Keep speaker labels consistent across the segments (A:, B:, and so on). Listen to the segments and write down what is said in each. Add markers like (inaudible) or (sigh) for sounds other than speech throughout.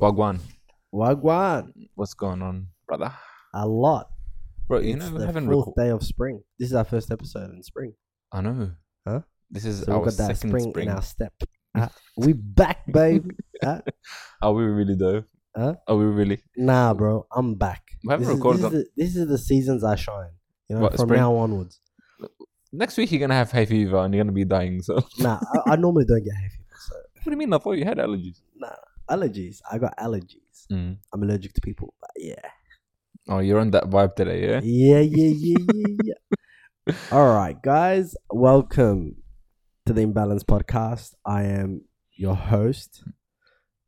A: Wagwan,
B: Wagwan.
A: what's going on, brother?
B: A lot.
A: Bro, you
B: It's
A: know we
B: the
A: haven't
B: fourth
A: recorded.
B: day of spring. This is our first episode in spring.
A: I know.
B: Huh?
A: This is
B: So
A: our
B: we've got that
A: second
B: spring,
A: spring.
B: in
A: (laughs)
B: our step. Uh, we back, babe. Uh,
A: Are we really though?
B: Huh?
A: Are we really?
B: nah, bro, I'm back.
A: We haven't
B: this
A: recorded
B: Is, this, is the, this is the seasons I shine. You know,
A: What,
B: from
A: spring?
B: now onwards.
A: Next week you're gonna have hay fever and you're gonna be dying. So (laughs) what
B: Nah, I, I normally don't get hay fever. So
A: do you mean? I thought you had allergies.
B: allergies. I got allergies.
A: Mm.
B: I'm allergic to people.
A: Eh?
B: But yeah.
A: Oh, you're on that vibe today, yeah?
B: Yeah, yeah, yeah, yeah, yeah.
A: (laughs)
B: All right, guys, welcome to the Imbalance Podcast. I am your host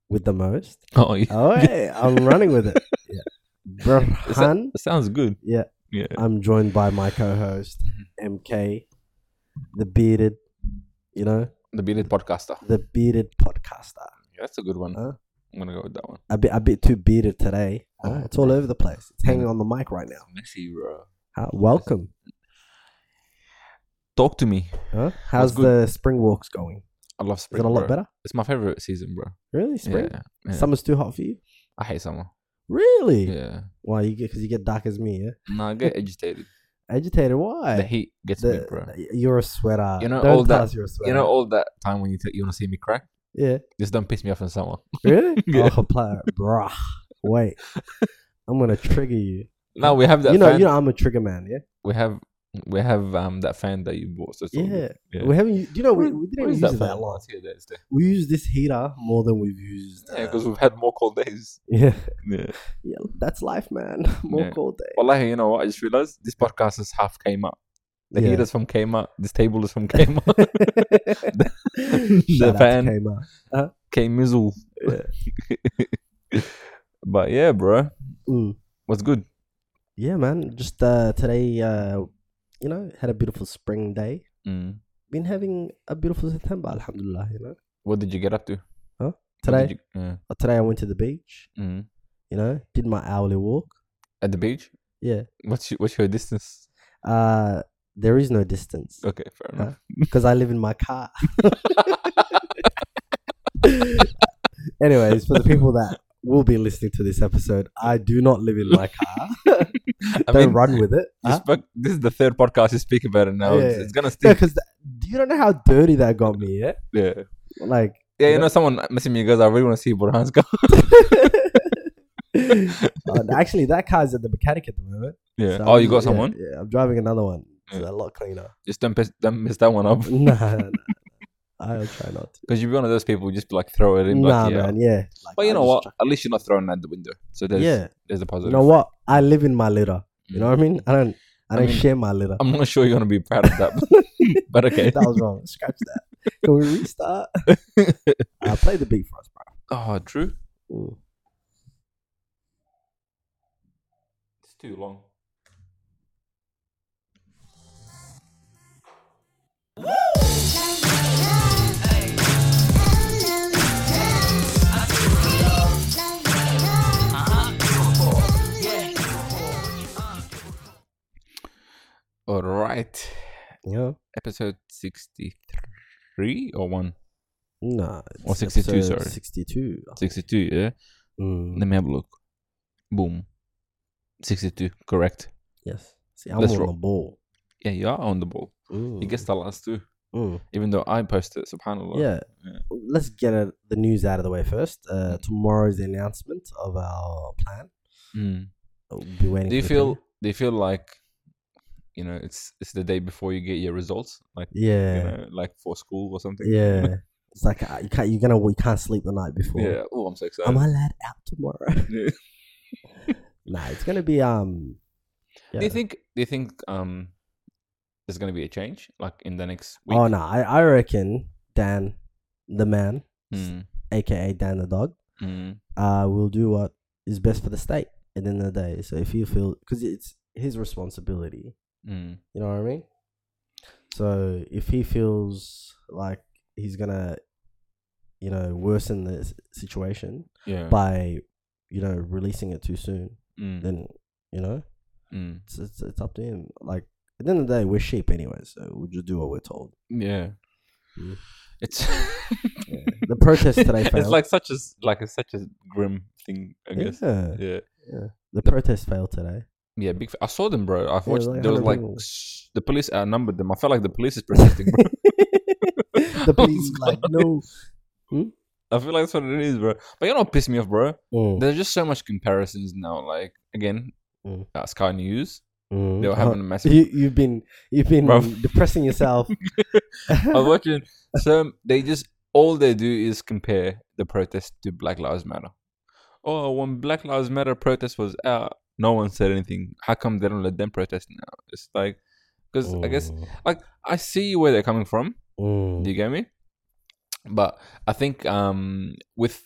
B: with the most.
A: (laughs) Oh, yeah.
B: Oh, hey, I'm running with
A: (laughs)
B: it. Yeah. Burhan.
A: That sounds good.
B: Yeah.
A: Yeah. Mm-hmm.
B: I'm joined by my co host, MK, the bearded, you know,
A: The bearded podcaster.
B: the bearded podcaster.
A: Yeah, that's a good one.
B: Huh?
A: I'm gonna go with that one.
B: A bit, a bit too bearded today. Uh,
A: Oh, Mm-hmm.
B: it's all over the place. It's hanging
A: Yeah.
B: on the mic right now.
A: Messy, bro.
B: Uh, welcome.
A: Talk to me.
B: Huh? How's
A: good?
B: the spring walks going?
A: I love
B: Is
A: spring.
B: it a lot
A: bro.
B: better?
A: It's my favorite season, bro.
B: Really? Spring?
A: Yeah, yeah.
B: Summer's too hot for you?
A: I hate summer.
B: Really?
A: Yeah.
B: Why? You get because you get dark as me. Yeah.
A: No, I get agitated.
B: Agitated? Why?
A: The heat gets me,
B: The-
A: bro.
B: You're a sweater.
A: You know,
B: Don't
A: all
B: tell
A: that-
B: us you're a sweater.
A: You know, all that time when you t- you want to see me crack,
B: Yeah.
A: just don't piss me off in summer.
B: Really?
A: Yeah.
B: Oh, player, bruh. Wait. I'm gonna trigger you.
A: (laughs) Now we have that.
B: You know,
A: fan.
B: you know, I'm a trigger man. Yeah.
A: we have we have um that fan that you bought. So it's all
B: Yeah.
A: good. yeah.
B: We haven't. u- Do you know we, we
A: Where
B: didn't
A: is
B: use
A: that
B: it
A: fan?
B: that long.
A: It's here, there, it's there.
B: We used this heater more than we've used.
A: Yeah,
B: uh,
A: because we've had more cold days.
B: yeah,
A: Yeah.
B: yeah. That's life, man. (laughs) More
A: Yeah.
B: cold day.
A: Wallahi, you know what? I just realized this podcast is half Kmart. The
B: Yeah.
A: heat (laughs)
B: (laughs)
A: is from Kmart. This table is from Kmart.
B: Shout out to
A: fan.
B: Kmart.
A: K Mizzle. (laughs) but yeah, bro.
B: Mm.
A: What's good?
B: Yeah, man. Just uh, today, uh, you know, had a beautiful spring day.
A: Mm.
B: Been having a beautiful September, alhamdulillah. You know,
A: What did you get up to? What did
B: today,
A: you- yeah.
B: uh, today I went to the beach.
A: Mm.
B: You know, did my hourly walk.
A: At the beach?
B: Yeah.
A: What's your, what's your distance?
B: Uh, there is no distance
A: (laughs) Okay, fair
B: Huh?
A: enough.
B: because I live in my car.
A: (laughs)
B: Anyways, for the people that will be listening to this episode, I do not live in my car.
A: (laughs) I
B: Don't
A: mean,
B: run with
A: (laughs)
B: it.
A: you spoke- this is the third podcast you speak about it now. It's,
B: Yeah.
A: it's gonna
B: (laughs)
A: stick.
B: Because you don't know how dirty that got me. Yeah,
A: yeah. (laughs)
B: like
A: Yeah, you
B: Yeah.
A: know, someone messaged me, guys, I really want to see Burhan's car.
B: Uh, actually, that car's at the mechanic at the moment.
A: (laughs) yeah.
B: So
A: oh, you
B: I'm-
A: got
B: yeah,
A: someone?
B: Yeah, I'm driving another one. It's
A: Yeah.
B: a lot cleaner. (laughs)
A: Just don't piss, don't miss that one up. (laughs)
B: nah, nah, nah. I'll try not to.
A: Because you'd be one of those people who just like throw it in.
B: nah,
A: like, yeah.
B: man, yeah. Like,
A: But you
B: I
A: know
B: just
A: what?
B: chuck-
A: At least you're not throwing it at the window. So there's,
B: yeah,
A: there's a
B: you
A: positive.
B: know what? I live in my litter. You
A: Mm.
B: know what I mean? I don't, I
A: I
B: don't
A: mean,
B: share my litter.
A: I'm not sure you're going to be proud of
B: (laughs)
A: that. but okay.
B: that was wrong. Scratch that. Can we
A: (laughs)
B: restart? I play the beat for us, bro.
A: Oh, true.
B: Ooh.
A: It's too long. All right.
B: Yeah.
A: Episode 63 or 1?
B: Nah.
A: Or
B: it's
A: 62,
B: episode
A: Oh, sorry.
B: 62.
A: 62, yeah?
B: Mm,
A: Let me have a look. Boom. 62, correct.
B: yes. See, I'm
A: Let's
B: on
A: roll.
B: the ball.
A: Yeah, you are on the ball. He
B: Ooh.
A: gets the last two,
B: Mm.
A: even though I posted it, subhanAllah.
B: yeah.
A: yeah.
B: Let's get uh the news out of the way first. Uh, tomorrow's the announcement of our plan.
A: Mm.
B: We'll be waiting.
A: Do you
B: for the
A: feel
B: plan.
A: do you feel like you know it's it's the day before you get your results? Like
B: Yeah,
A: you know, like for school or something?
B: yeah. It's like uh, you can't. You're gonna. You can't sleep the night before.
A: Yeah. Oh I'm so excited. (laughs)
B: Am I allowed out tomorrow?
A: Yeah.
B: nah, it's gonna be um.
A: Do
B: Yeah.
A: you think do you think um there's gonna be a change? Like in the next week?
B: Oh no, I I reckon Dan, the man,
A: Mm,
B: aka Dan the dog,
A: mm,
B: uh, will do what is best for the state at the end of the day. So if you feel, because it's his responsibility.
A: mm.
B: You know what I mean? So if he feels like he's gonna, you know, worsen the s- situation
A: Yeah.
B: by, you know, releasing it too soon,
A: mm,
B: then you know,
A: mm.
B: it's, it's it's up to him. Like at the end of the day, we're sheep anyway, so we'll just do what we're told.
A: Yeah.
B: Mm.
A: (laughs) It's
B: The protest today
A: (laughs)
B: failed.
A: it's like such a s- like a, such a grim thing, I guess.
B: Yeah.
A: Yeah.
B: The protest
A: (laughs)
B: failed today.
A: Yeah, big. F- I saw them, bro. I've
B: Yeah,
A: watched.
B: like
A: there was
B: 100
A: like
B: people.
A: s- the police outnumbered them. I felt like the police is (laughs) protesting, bro. (laughs) Oh
B: the police is like, no.
A: I feel like that's what it is, bro. But you know what pissed me off, bro?
B: Mm,
A: There's just so much comparisons now. Like again,
B: Mm.
A: uh, Sky News.
B: mm.
A: They were
B: Oh, (laughs)
A: having a massive.
B: You, you've been you've been
A: Bruv.
B: depressing
A: (laughs)
B: yourself. (laughs)
A: I was watching. So they just all they do is compare the protest to Black Lives Matter. Oh, when Black Lives Matter protest was out, no one said anything. How come they don't let them protest now? It's like because I guess
B: Mm,
A: I see where they're coming from.
B: mm.
A: Do you get me? But I think um, with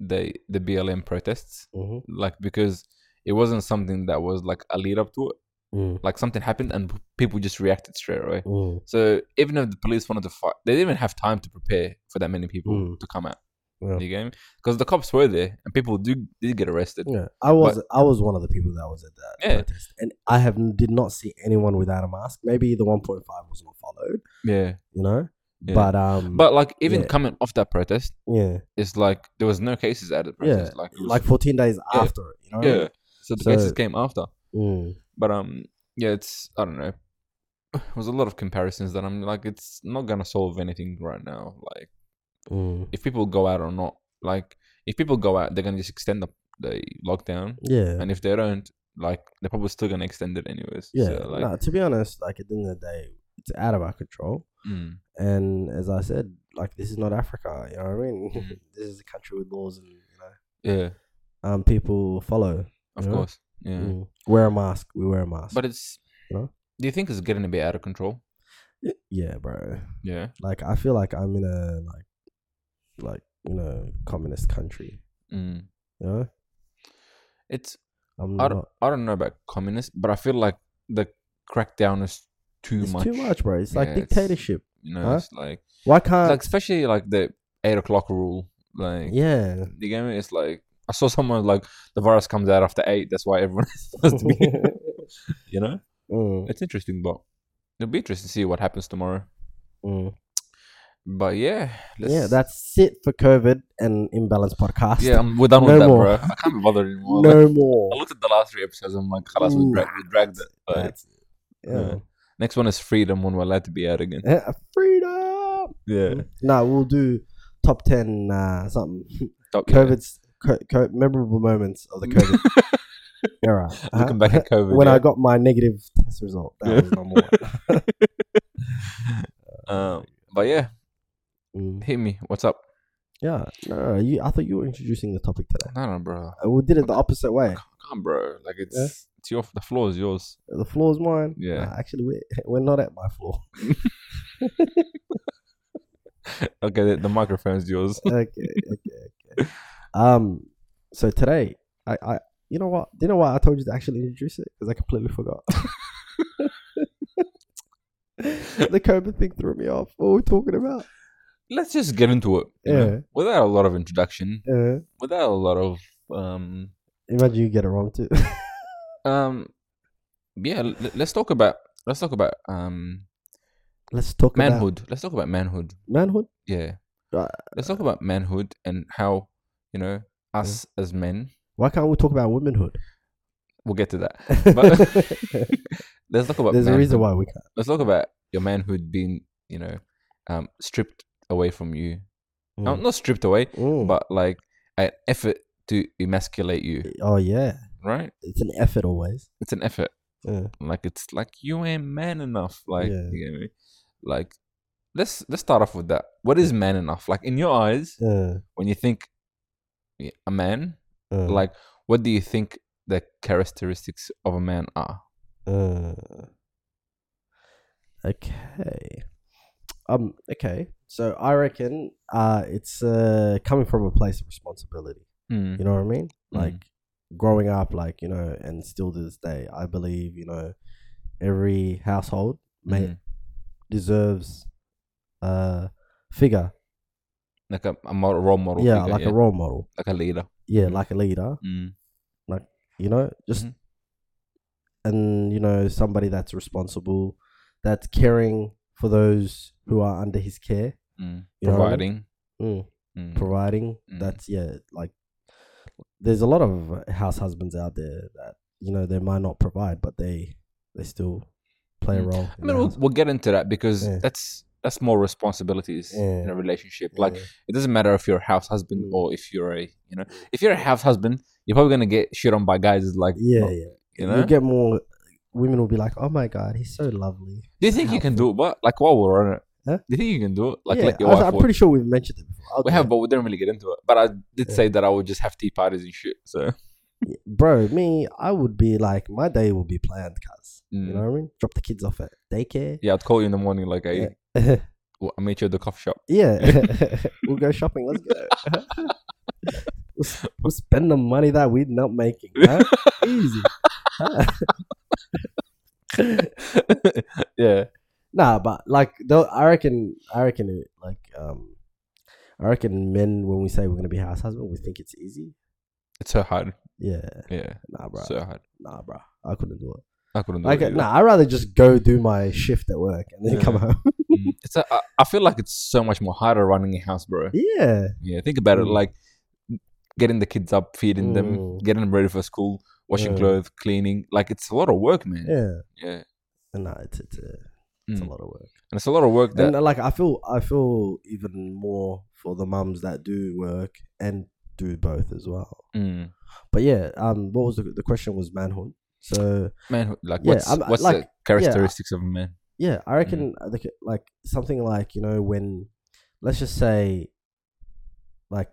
A: the the BLM protests,
B: Mhm,
A: like because it wasn't something that was like a lead up to it.
B: mm,
A: Like something happened and p- people just reacted straight away.
B: mm,
A: So even if the police wanted to fight, they didn't even have time to prepare for that many people
B: Mm.
A: to come out.
B: yeah.
A: Do you get me? Because the cops were there and people do did get arrested.
B: Yeah, I was I was one of the people that was at that
A: Yeah.
B: protest, and I have did not see anyone without a mask. Maybe the one point five was not followed,
A: Yeah,
B: you know.
A: Yeah.
B: But um,
A: but like even
B: Yeah.
A: coming off that protest,
B: yeah,
A: it's like there was no cases at the protest. Like, it was-
B: like fourteen days
A: Yeah.
B: after it, you know.
A: yeah, so the
B: So-
A: cases came after.
B: Mm,
A: But um, yeah, it's I don't know. (sighs) It was a lot of comparisons that I'm like, it's not gonna solve anything right now. Like,
B: mm.
A: if people go out or not, like, if people go out, they're gonna just extend the, the lockdown,
B: Yeah,
A: and if they don't, like, they're probably still gonna extend it anyways.
B: yeah.
A: So, like,
B: nah, to be honest, like at the end of the day, it's out of our control.
A: mm,
B: And as I said, like this is not Africa. You know what I mean?
A: Mhm.
B: (laughs) this is a country with laws, and you know,
A: yeah,
B: um, people follow.
A: of
B: Yeah.
A: course, yeah.
B: Mm. Wear a mask. We wear a mask.
A: But it's,
B: Yeah.
A: do you think it's getting a bit out of control?
B: yeah, bro.
A: Yeah.
B: like I feel like I'm in a like like you know communist country.
A: Mm.
B: You know,
A: It's
B: I'm
A: I don't
B: not.
A: I don't know about communist, but I feel like the crackdown is too
B: it's
A: much.
B: too much, bro. It's like
A: Yeah, it's-
B: dictatorship.
A: You know,
B: Huh?
A: it's like.
B: Why can't? (laughs)
A: like especially like the eight o'clock rule. Like
B: Uh,
A: (laughs)
B: yeah.
A: the game is like I saw someone like the virus comes out after eight. That's why everyone (laughs) has to be. You know,
B: (laughs) Mm,
A: it's interesting, but it'll be interesting to see what happens tomorrow.
B: mm.
A: But yeah,
B: Yeah, that's it for COVID and imbalance podcast.
A: yeah. I'm, we're done with
B: No
A: that,
B: more.
A: bro. I can't be bothered anymore. Like,
B: no more.
A: I looked at the last three episodes. I'm like, Khalas, we, dra- we dragged it. Like,
B: That's it. (laughs) Yeah.
A: next one is freedom when we're allowed to be out again.
B: Yeah, Freedom.
A: (laughs) Yeah,
B: No, we'll do top ten uh, something. (laughs)
A: Stop, yeah.
B: COVID's co- co- memorable moments
A: (laughs)
B: of the COVID era. Uh-huh.
A: Looking
B: (laughs)
A: back at COVID,
B: when
A: yeah.
B: I got my negative test result. That
A: Yeah.
B: was number
A: (laughs)
B: one.
A: um, but yeah,
B: Mm.
A: hit me. What's up?
B: Yeah, no, no, you, I thought you were introducing the topic today.
A: No, no, bro.
B: Uh, We did it the opposite way.
A: Come, bro. Like it's it's your the floor is yours.
B: The floor's mine.
A: Yeah.
B: Nah, actually, we're, (laughs) we're not at my floor.
A: Okay, the, the microphone's yours.
B: okay, okay, okay. Um, so today, I, I, you know what? Do you know why I told you to actually introduce it? Because I completely forgot. (laughs) the COVID thing threw me off. What were we talking about?
A: Let's just get into it. you know,
B: Yeah.
A: Without a lot of introduction,
B: Uh,
A: without a lot of um
B: imagine you get it wrong too. (laughs)
A: um yeah, l- let's talk about let's talk about um
B: Let's talk about
A: manhood. Let's talk about manhood.
B: manhood.
A: Yeah.
B: Right.
A: Let's talk about manhood and how, you know, us as men,
B: Why can't we talk about womanhood? (laughs)
A: we'll get to that. But (laughs) let's
B: There's
A: talk about
B: a reason
A: manhood.
B: why we can't.
A: Let's talk about your manhood being, you know, um stripped away from you. No,
B: Mm.
A: not stripped away,
B: Mm.
A: but like an effort to emasculate you,
B: oh yeah,
A: right?
B: it's an effort always. Uh,
A: It's an effort.
B: Yeah.
A: Like it's like you ain't man enough. Like
B: Yeah.
A: you get me? Like let's let's start off with that. What is man enough? Like in your eyes,
B: Uh,
A: when you think yeah, a man,
B: uh,
A: like what do you think the characteristics of a man are?
B: Uh, okay. Um. Okay. So I reckon uh, it's uh, coming from a place of responsibility.
A: Mm.
B: You know what I mean?
A: Mm.
B: Like growing up, like you know, and still to this day, I believe you know every household mate
A: Mm.
B: deserves a figure.
A: Like a, a model, role model.
B: yeah,
A: figure, Mm-hmm.
B: like a role model.
A: like a leader.
B: Yeah, like a leader.
A: Mm.
B: you know just
A: Mhm. Mm-hmm.
B: and you know somebody that's responsible that's caring for those who are under his care
A: Mm.
B: You know what I
A: Providing.
B: mean? Mm.
A: Mm.
B: providing
A: Mm.
B: that's yeah like there's a lot of house husbands out there that you know they might not provide but they they still play a
A: Mm. I
B: role in the
A: mean, we'll,
B: house.
A: we'll get into that because
B: Yeah.
A: that's that's more responsibilities in
B: Yeah.
A: a relationship. Like
B: Yeah.
A: it doesn't matter if you're a house husband
B: Mm.
A: or if you're a you know if you're a house husband, you're probably gonna get shit on by guys like
B: yeah
A: not-
B: yeah
A: you
B: you
A: know.
B: get more women will be like oh my god he's so lovely
A: do you think you can do it? But like while we're on it,
B: Huh?
A: do you think you can do it? Like
B: yeah,
A: let your
B: I was-
A: wife.
B: i'm
A: watch?
B: pretty sure we've mentioned it
A: we
B: before Okay.
A: have, but we didn't really get into it. But I did
B: Yeah.
A: say that I would just have tea parties and shit. So
B: bro me i would be like my day will be planned cuz you
A: Mm.
B: know what i mean drop the kids off at daycare
A: yeah, I'd call you in the morning like, hey,
B: (laughs) yeah,
A: well, I'll meet you at the coffee shop. (laughs)
B: (laughs) we'll go shopping let's go (laughs) we'll, s- we'll spend the money that we're not making huh?
A: (laughs)
B: easy
A: yeah.
B: Nah, but like though, I reckon, I reckon it like um, I reckon men when we say we're gonna be house husband, we think it's easy.
A: It's so hard.
B: Yeah,
A: Yeah.
B: nah, bro,
A: So hard.
B: nah, bro, I couldn't do it.
A: I couldn't do
B: Like,
A: it. either.
B: nah, I'd rather just go do my shift at work and then
A: Yeah.
B: come home. (laughs)
A: Mm. It's a, I, I feel like it's so much more harder running a house, bro.
B: yeah,
A: Yeah. Think about it.
B: Mm.
A: Like getting the kids up, feeding them,
B: Mm.
A: getting them ready for school, washing
B: Yeah.
A: clothes, cleaning. Like it's a lot of work, man.
B: yeah,
A: Yeah.
B: and nah, it's it's, uh, it's a
A: Mm.
B: lot of work.
A: And it's a lot of work that
B: And uh, like, I feel, I feel even more for the mums that do work and do both as well.
A: mm,
B: But yeah, um, what was the the question was manhood. So
A: man, like
B: Yeah,
A: what's
B: I'm- uh,
A: what's
B: like,
A: the characteristics of a man?
B: Yeah,
A: Mm-hmm.
B: I reckon uh, like, like something like you know when, let's just say, like,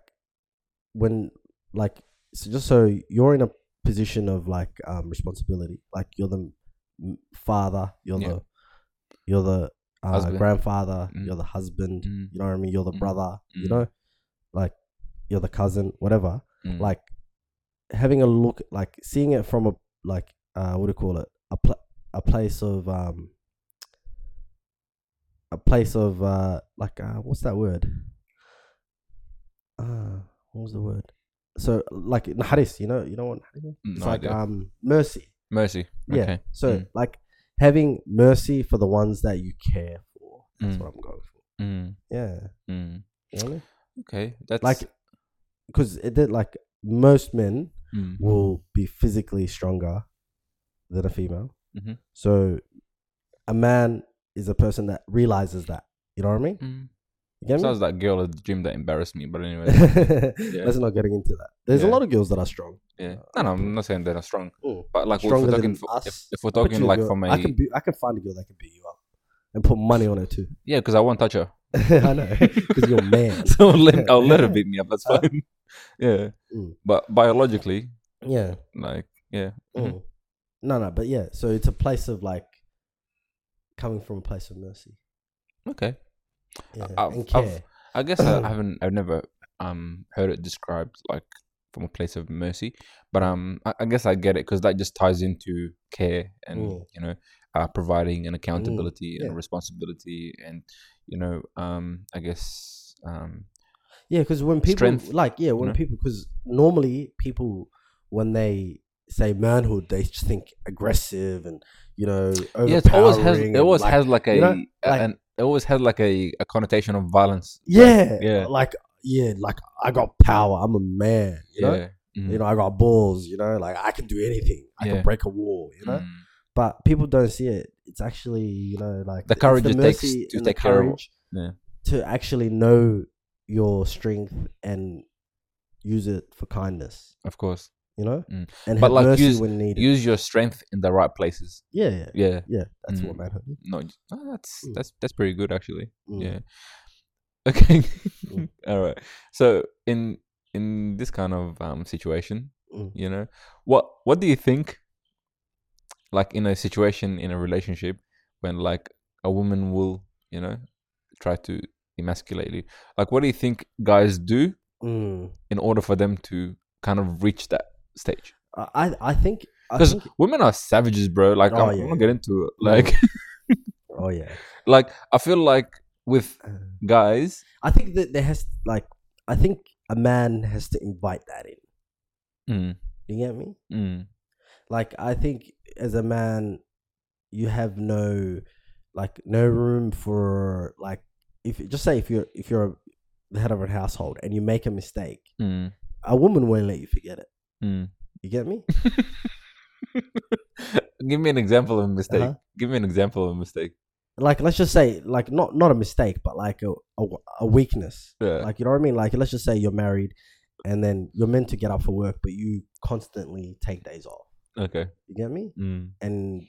B: when like so just so you're in a position of like um responsibility, like you're the m- father, you're
A: Yeah.
B: the you're the uh,
A: Husband.
B: grandfather,
A: Mm.
B: you're the husband,
A: Mm,
B: you know what I mean? You're the
A: Mm.
B: brother, you
A: Mm.
B: know, like you're the cousin, whatever
A: mm,
B: like having a look like seeing it from a like uh what do you call it a pl- a place of um a place of uh like uh what's that word uh what was the word so like in hadith you know you know what hadith is?
A: Mm,
B: it's
A: no
B: like
A: idea.
B: um mercy
A: mercy.
B: yeah
A: Okay.
B: so
A: Mm.
B: like having mercy for the ones that you care for that's
A: Mm.
B: what i'm going for
A: Mm,
B: yeah
A: mm.
B: you know what I mean?
A: Okay. That's
B: like because it did like most men
A: Mm.
B: will be physically stronger than a female.
A: Mhm.
B: So a man is a person that realizes that. You know what I mean?
A: Mm.
B: You get me? (laughs)
A: Sounds like girl at the gym that embarrassed me, but anyway. Yeah.
B: Let's not getting into that. There's a
A: Yeah.
B: lot of girls that are strong.
A: Yeah. No, no, I'm not saying they're not strong.
B: Mm.
A: But like if we're
B: Stronger
A: talking
B: than
A: for,
B: us.
A: if, if we're
B: I bet
A: talking
B: you a
A: like
B: girl-
A: from a
B: I can be, I can find a girl that can beat you up and put money on her too. (laughs)
A: yeah, because I won't touch her. (laughs)
B: I know because you're a man.
A: so I'll let, I'll let her
B: Yeah.
A: beat me up. That's
B: Huh?
A: fine. (laughs) yeah.
B: Mm.
A: But biologically,
B: Yeah.
A: like yeah, Mhm.
B: Mm. No, no, but yeah. So it's a place of like coming from a place of mercy
A: okay.
B: yeah,
A: I've-
B: and
A: I've-
B: care.
A: I guess
B: Mm.
A: I haven't. I've never um heard it described like from a place of mercy. But um, I, I guess I get it because that just ties into care and
B: Mm.
A: you know, uh, providing and accountability and
B: yeah.
A: responsibility and you know, um, I guess um,
B: Yeah, because when people
A: Strength,
B: like, yeah, when
A: know?
B: people because normally people when they say manhood, they just think aggressive and you know overpowering.
A: yeah, it always has it
B: and,
A: always
B: like,
A: has like a
B: you know,
A: a-
B: like-
A: an, it always has like a, a connotation of violence. Like,
B: yeah,
A: yeah.
B: like yeah, like I got power. I'm a man. You know,
A: yeah, mm,
B: you know, I got balls. You know, like I can do anything. I
A: Yeah.
B: can break a wall. You know,
A: mm.
B: but people don't see it. It's actually you know like
A: The
B: it's
A: courage it takes
B: mercy
A: to
B: and the
A: take care of-
B: courage
A: yeah.
B: to actually know your strength and use it for kindness.
A: of course.
B: you know,
A: Mm.
B: and
A: But,
B: have
A: like,
B: mercy
A: use-
B: when needed.
A: Use your strength in the right places.
B: yeah, yeah, yeah,
A: Yeah,
B: That's
A: Mm.
B: what manhood is.
A: no, j- oh, that's
B: Mm.
A: that's that's pretty good actually.
B: Mm.
A: Yeah. Okay.
B: Mm.
A: (laughs) All right. So in in this kind of um, situation,
B: Mm.
A: you know, what what do you think? Like in a situation in a relationship, when like a woman will, you know, try to emasculate you. Like, what do you think guys do
B: Mm.
A: in order for them to kind of reach that stage?
B: I, I, I think I
A: Because
B: think,
A: women are savages, bro. Like,
B: Oh,
A: I'm,
B: yeah,
A: I'm not
B: yeah.
A: getting into it.
B: Yeah.
A: Like,
B: oh yeah,
A: like I feel like with
B: Uh,
A: guys,
B: I think that there has like I think a man has to invite that in.
A: mm,
B: You get me?
A: mm,
B: Like I think as a man, you have no like no room for like if just say if you're if you're the head of a household and you make a mistake,
A: Mm.
B: a woman won't let you forget it.
A: Mm.
B: You get me?
A: Give me an example of a mistake.
B: Uh-huh.
A: Give me an example of a mistake.
B: Like let's just say like not not a mistake, but like a a, a weakness.
A: Yeah.
B: Like you know what I mean? Like let's just say you're married, and then you're meant to get up for work, but you constantly take days off.
A: okay.
B: You get me?
A: Mm.
B: and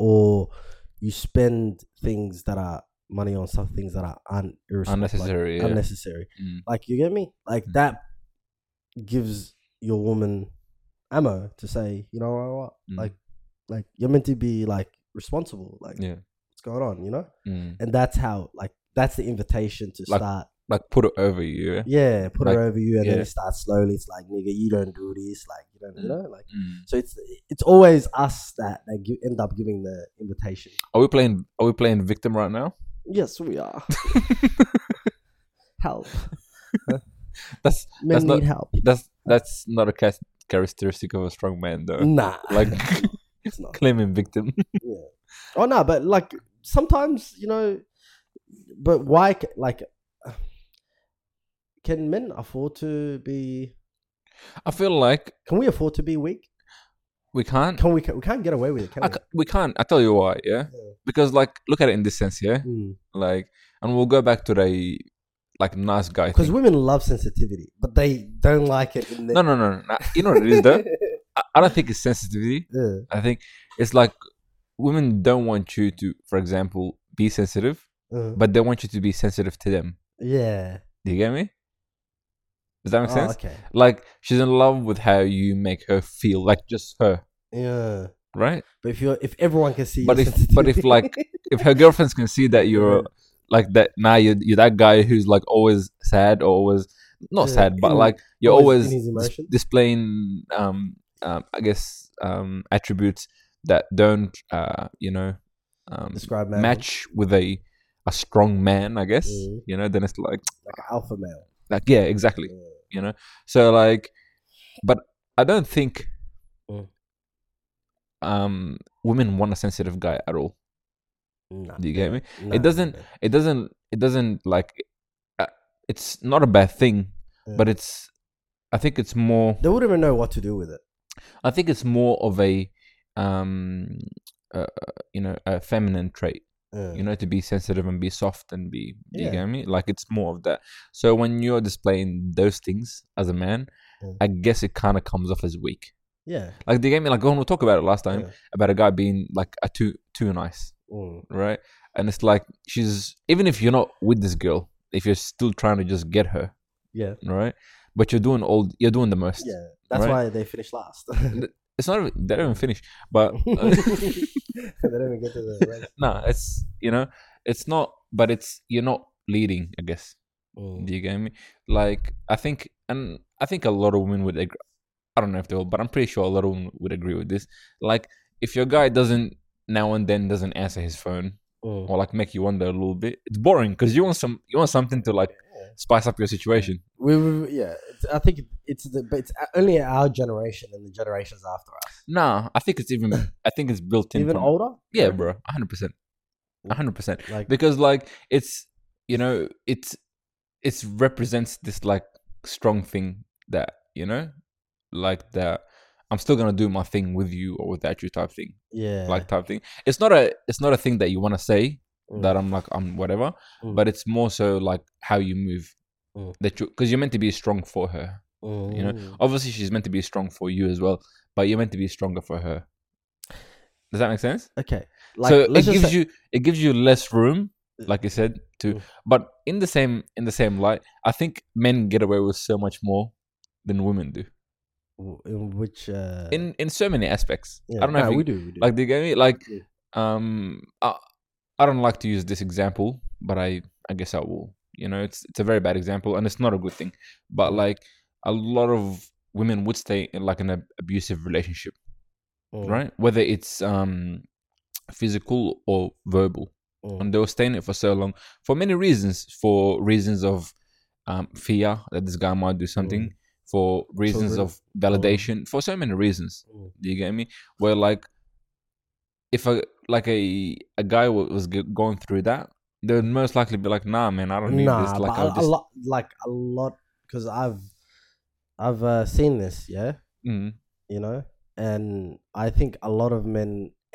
B: or you spend things that are money on some things that are un- irresp- like,
A: Unnecessary. yeah.
B: unnecessary.
A: Mm.
B: Like you get me? Like
A: Mm.
B: that gives your woman ammo to say, you know what,
A: Mm.
B: like, like you're meant to be like responsible. Like
A: Yeah.
B: what's going on, you know?
A: Mm.
B: And that's how, like, that's the invitation to
A: Like-
B: start.
A: Like put it over you. Yeah.
B: Yeah, put
A: like,
B: her over you, and then
A: yeah.
B: it starts slowly. It's like, nigga, you don't do this. Like you don't, you
A: Mm.
B: know, like.
A: Mm.
B: So it's it's always us that that gi- end up giving the invitation.
A: Are we playing? Are we playing victim right now?
B: Yes, we are. (laughs) help.
A: That's
B: Men
A: That's not-
B: need help.
A: (laughs) that's that's not a cas- characteristic of a strong man, though.
B: Nah.
A: (laughs) Like
B: it's not.
A: claiming victim.
B: Oh no, but like sometimes you know, but why? c- Like, can men afford to be?
A: I feel like
B: Can we afford to be weak?
A: we can't.
B: Can we? We can't get away with it. Can
A: I
B: we?
A: ca- we can't. I tell you why. Yeah.
B: Yeah.
A: Because like, look at it in this sense. Yeah.
B: Mm.
A: Like, and we'll go back to the like nice guy.
B: Because
A: thing.
B: women love sensitivity, but they don't like it. In the...
A: no, no, no, no. no. You know what it is though. I, I don't think it's sensitivity.
B: (laughs) yeah.
A: I think it's like women don't want you to, for example, be sensitive,
B: Uh,
A: but they want you to be sensitive to them.
B: yeah.
A: Do you get me? Does that make
B: Oh,
A: sense?
B: okay.
A: Like she's in love with how you make her feel, like just her,
B: Yeah.
A: right?
B: But if you if everyone can see,
A: But
B: your
A: if- but if,
B: sensitivity-
A: like,
B: (laughs)
A: If her girlfriends can see that you're like that, now you're, you're that guy who's like always sad or always not
B: Yeah,
A: sad, but
B: in-
A: like you're always,
B: always in his
A: dis-
B: emotions.
A: displaying, um, um, I guess, um, attributes that don't, uh, you know, um,
B: describe man
A: match with a a strong man, I guess.
B: Mm.
A: You know, then it's like
B: like an alpha male.
A: like yeah, exactly.
B: Yeah.
A: you know so like but i don't think
B: Mm.
A: um women want a sensitive guy at all
B: Nah,
A: Do you get me?
B: nah,
A: It doesn't-
B: nah.
A: it doesn't it doesn't like uh, it's not a bad thing
B: Yeah.
A: but it's i think it's more
B: They wouldn't even know what to do with it.
A: i think it's more of a um uh, you know a feminine trait
B: Yeah.
A: you know to be sensitive and be soft and be do you
B: Yeah.
A: get me like it's more of that so when you're displaying those things as a man
B: Mm.
A: i guess it kind of comes off as weak
B: Yeah.
A: Like they gave me like when we talked about it last time
B: Yeah.
A: about a guy being like a too too nice,
B: Mm.
A: right? And it's like she's even if you're not with this girl, if you're still trying to just get her,
B: Yeah.
A: right? But you're doing all you're doing the most.
B: Yeah. That's
A: Right. Uh,
B: why they finished
A: (laughs)
B: last. (laughs) they
A: It's not even they don't even finish,
B: (laughs)
A: but (laughs)
B: don't even get to the race.
A: nah, it's you know it's not, but it's you're not leading, I guess.
B: Mm.
A: (laughs) Do you get me? Like I think, and I think a lot of women would. Agree, I don't know if they will, but I'm pretty sure a lot of women would agree with this. Like if your guy doesn't now and then doesn't answer his phone
B: Mm.
A: or like make you wonder a little bit, it's boring because you want some you want something to like
B: Yeah.
A: spice up your situation.
B: We, we, yeah, it's, I think it's the, but it's only our generation and the generations after us.
A: Nah, I think it's even I think it's built in.
B: Even
A: from-
B: older,
A: Yeah, bro, 100, percent 100. percent
B: Like,
A: because like it's you know it's it's represents this like strong thing that you know like that i'm still gonna do my thing with you or without you type thing
B: yeah,
A: like type thing it's not a it's not a thing that you want to say
B: Mm.
A: that i'm like i'm whatever
B: Mm.
A: but it's more so like how you move
B: Mm.
A: that you because you're meant to be strong for her you know, oh,
B: Mm.
A: obviously she's meant to be strong for you as well but you're meant to be stronger for her does that make sense
B: Okay, like,
A: so it
B: let's just
A: gives
B: say-
A: you it gives you less room,
B: Yeah.
A: like you said, to
B: Mm.
A: but in the same in the same light, I think men get away with so much more than women do.
B: w- in which uh,
A: In in so many aspects.
B: yeah,
A: I don't know
B: nah,
A: if you,
B: we do, we do.
A: like do you get me? Like
B: Mm.
A: um I, I don't like to use this example, but I I guess I will. You know, it's it's a very bad example and it's not a good thing. But
B: Mm.
A: like a lot of women would stay in like an ab- abusive relationship,
B: Mm,
A: right? Whether it's um physical or verbal
B: mm,
A: and they were staying it for so long for many reasons for reasons of um, fear that this guy might
B: mm,
A: do something for reasons
B: Children.
A: of validation for so many reasons
B: mm.
A: do you get me where like if a like a a guy wa- was g- going through that They would most likely be like, nah, man, I don't need
B: nah,
A: this. Like,
B: but
A: I'll
B: a,
A: just.
B: a lot, like a lot, because I've, I've uh, seen this, yeah,
A: Mm,
B: you know, and I think a lot of men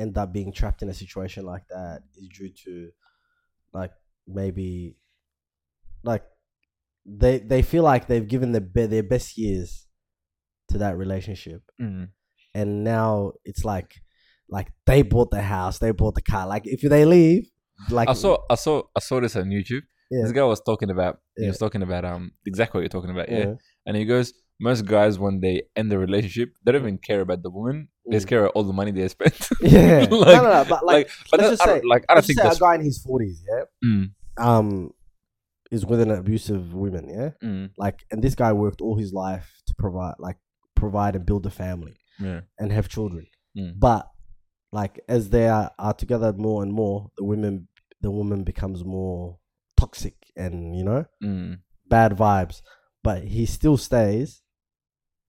B: end up being trapped in a situation like that is due to, like maybe, like, they they feel like they've given their be- their best years to that relationship,
A: mm,
B: and now it's like, like they bought the house, they bought the car, like if they leave, like
A: I saw, I saw, I saw this on YouTube.
B: Yeah.
A: This guy was talking about, he
B: Yeah.
A: was talking about um exactly what you're talking about, yeah. And he goes, most guys when they end the relationship, they don't even care about the woman. They just
B: Mm.
A: care about all the money they (laughs) spent.
B: (laughs) yeah,
A: like,
B: no, no, no, but like.
A: like, but
B: let's
A: that's,
B: just
A: I don't,
B: say-
A: like, I don't
B: Let's
A: think
B: say
A: that's.
B: a guy in his forties, yeah,
A: Mm,
B: um, is with an abusive woman, yeah,
A: mm,
B: like, and this guy worked all his life to provide, like, provide and build a family
A: yeah.
B: and have children,
A: Mm.
B: but like as they are, are together more and more, the women, the woman becomes more toxic and you know
A: Mm,
B: bad vibes, but he still stays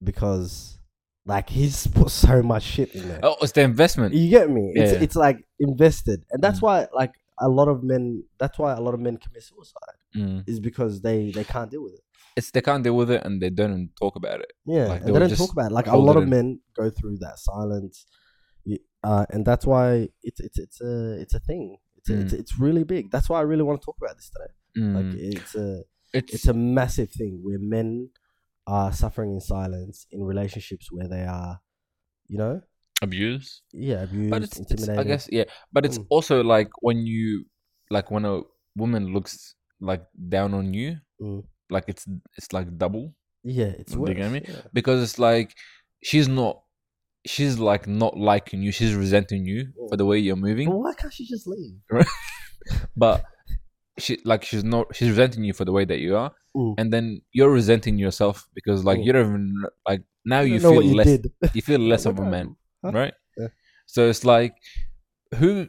B: because like he's (laughs) put so much shit in there.
A: Oh, it's the investment.
B: You get me? It's
A: Yeah.
B: it's like invested, and that's
A: Mm.
B: why like a lot of men. That's why a lot of men commit suicide
A: Mm.
B: is because they they can't deal with it.
A: It's they can't deal with it and they don't even talk about it.
B: Yeah,
A: Like,
B: and
A: they
B: they,
A: would
B: don't
A: just
B: talk about it. Like a
A: hold
B: lot
A: it
B: of
A: in.
B: men go through that silence, y- uh, and that's why it's it's it's a it's a thing. It's a, it's, it's really big. That's why I really want to talk about this today.
A: Mm.
B: Like it's a
A: it's,
B: it's a massive thing where men are suffering in silence in relationships where they are, you know,
A: abuse.
B: yeah, abused,
A: but it's, it's
B: intimidated.
A: I guess yeah, but it's
B: Mm.
A: also like when you like when a woman looks like down on you,
B: Mm.
A: like it's it's like double
B: yeah, it's
A: Do you
B: worse.
A: get me?
B: yeah.
A: because it's like she's not she's like not liking you, she's resenting you
B: Mm.
A: for the way you're
B: But
A: moving,
B: why can't she just leave?
A: but she like she's not she's resenting you for the way that you are,
B: Mm.
A: and then you're resenting yourself because like
B: Mm.
A: you don't even like now you
B: don't know
A: feel
B: what you
A: less
B: did.
A: you
B: (laughs)
A: feel less
B: Like,
A: of a
B: oh,
A: man,
B: huh?
A: right?
B: Yeah.
A: So it's like, who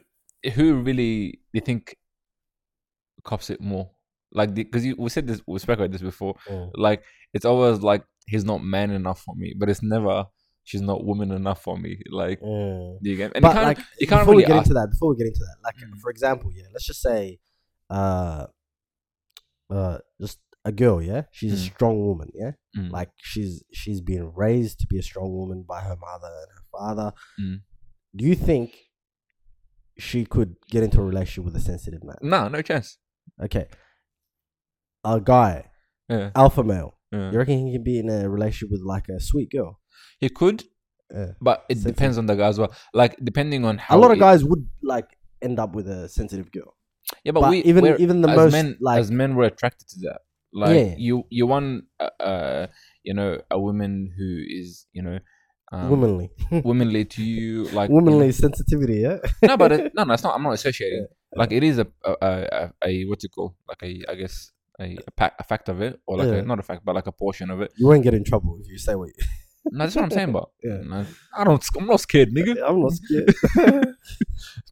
A: who really do you think cops it more? Like, because you we said this, we spoke about this before.
B: Mm.
A: Like, it's always like he's not man enough for me, but it's never she's not woman enough for me. Like,
B: Mm.
A: do you get? And you
B: But
A: can't,
B: like,
A: you can't
B: before
A: really
B: we get
A: ask.
B: into that, before we get into that, like
A: Mm.
B: for example, yeah, let's just say, uh, uh, just a girl, yeah, she's a
A: Mm.
B: strong woman, yeah,
A: Mm,
B: like she's she's been raised to be a strong woman by her mother and her father.
A: Mm.
B: Do you think she could get into a relationship with a sensitive man?
A: nah, no chance.
B: Okay, a guy,
A: Yeah,
B: alpha male.
A: yeah.
B: You reckon he can be in a relationship with like a sweet girl?
A: he could,
B: Yeah.
A: but it
B: Same thing.
A: depends on the guy as well. Like, depending on how
B: a lot of
A: it-
B: guys would like end up with a sensitive girl.
A: Yeah, but,
B: but
A: we
B: even-
A: we're-
B: even the
A: as
B: most,
A: men,
B: like-
A: as men, we're attracted to that. Like
B: Yeah.
A: you, you want uh, uh, you know a woman who is you know um,
B: (laughs) womanly,
A: womanly to you, like you know-
B: womanly sensitivity. Yeah,
A: no, but it, no, no, it's not. I'm not
B: (laughs)
A: associating. Like it is a a, a, a what's it called? Like a I guess a a, pack, a fact of it, or like
B: Yeah.
A: a, not a fact, but like a portion of it.
B: you won't get in trouble if you say what. You,
A: No, that's what I'm saying. But
B: (laughs) Yeah.
A: no, I don't. I'm not scared, nigga.
B: (laughs) I'm not scared.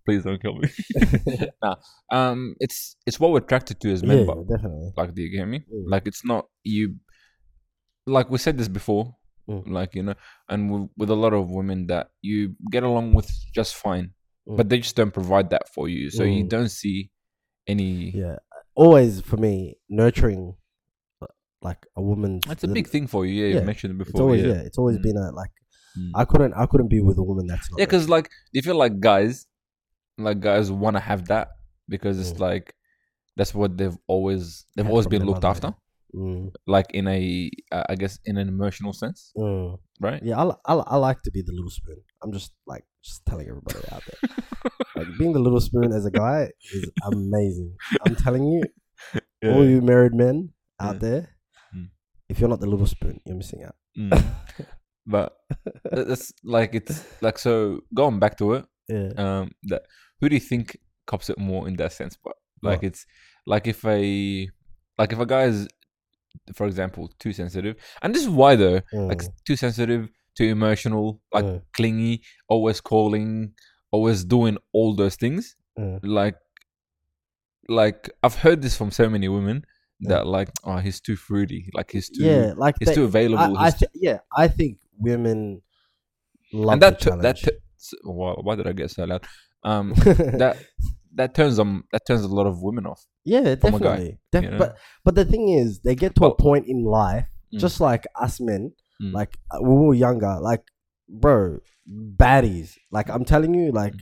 A: Please don't kill me. (laughs) nah, um, it's it's what we're attracted to as men.
B: yeah,
A: but
B: definitely.
A: Like, do you get me?
B: Mm.
A: Like, it's not you. Like we said this before,
B: Mm.
A: like you know, and with, with a lot of women that you get along with just fine,
B: Mm.
A: but they just don't provide that for you, so you
B: Mm.
A: don't see any.
B: Yeah, always for me, nurturing like a woman.
A: That's a big thing for you. Yeah,
B: Yeah,
A: you mentioned it
B: It's
A: before.
B: always yeah.
A: yeah,
B: it's always
A: Mm.
B: been a like.
A: Mm.
B: I couldn't I couldn't be with a woman that's not.
A: yeah, because like you feel like guys, like guys want to have that because it's
B: Mm.
A: like that's what they've always they've
B: Had
A: always
B: from
A: been
B: their
A: looked
B: mother,
A: after,
B: yeah. Mm,
A: like in a uh, I guess in an emotional sense,
B: mm.
A: right?
B: Yeah, I, li- I, li- I like to be the little spoon. I'm just like just telling everybody out
A: (laughs)
B: there, like being the little spoon as a guy is amazing. I'm telling you, all you married men out
A: Yeah.
B: there,
A: Mm.
B: if you're not the little spoon, you're missing out.
A: Mm. but that- that's like it's like so going back to it
B: Yeah,
A: um that who do you think cops it more in that sense but like
B: What?
A: it's like if a like if a guy is for example too sensitive and this is why though like
B: Mm.
A: too sensitive too emotional like
B: Mm.
A: clingy always calling always doing all those things
B: Mm.
A: like like i've heard this from so many women
B: Yeah.
A: that like oh he's too fruity like he's too
B: yeah, like
A: he's
B: they-
A: too available
B: I, I
A: he's
B: th- yeah, I think women love
A: and that
B: the
A: took that
B: challenge. (laughs)
A: took why, why did I get so loud? Um, that that turns them that turns a lot of women off.
B: Yeah,
A: From a guy,
B: definitely. Def-
A: you know?
B: But but the thing is, they get to a
A: But-
B: point in life,
A: Mm.
B: just like us men,
A: Mm.
B: like uh, when we were younger, like bro, baddies. Like I'm telling you, like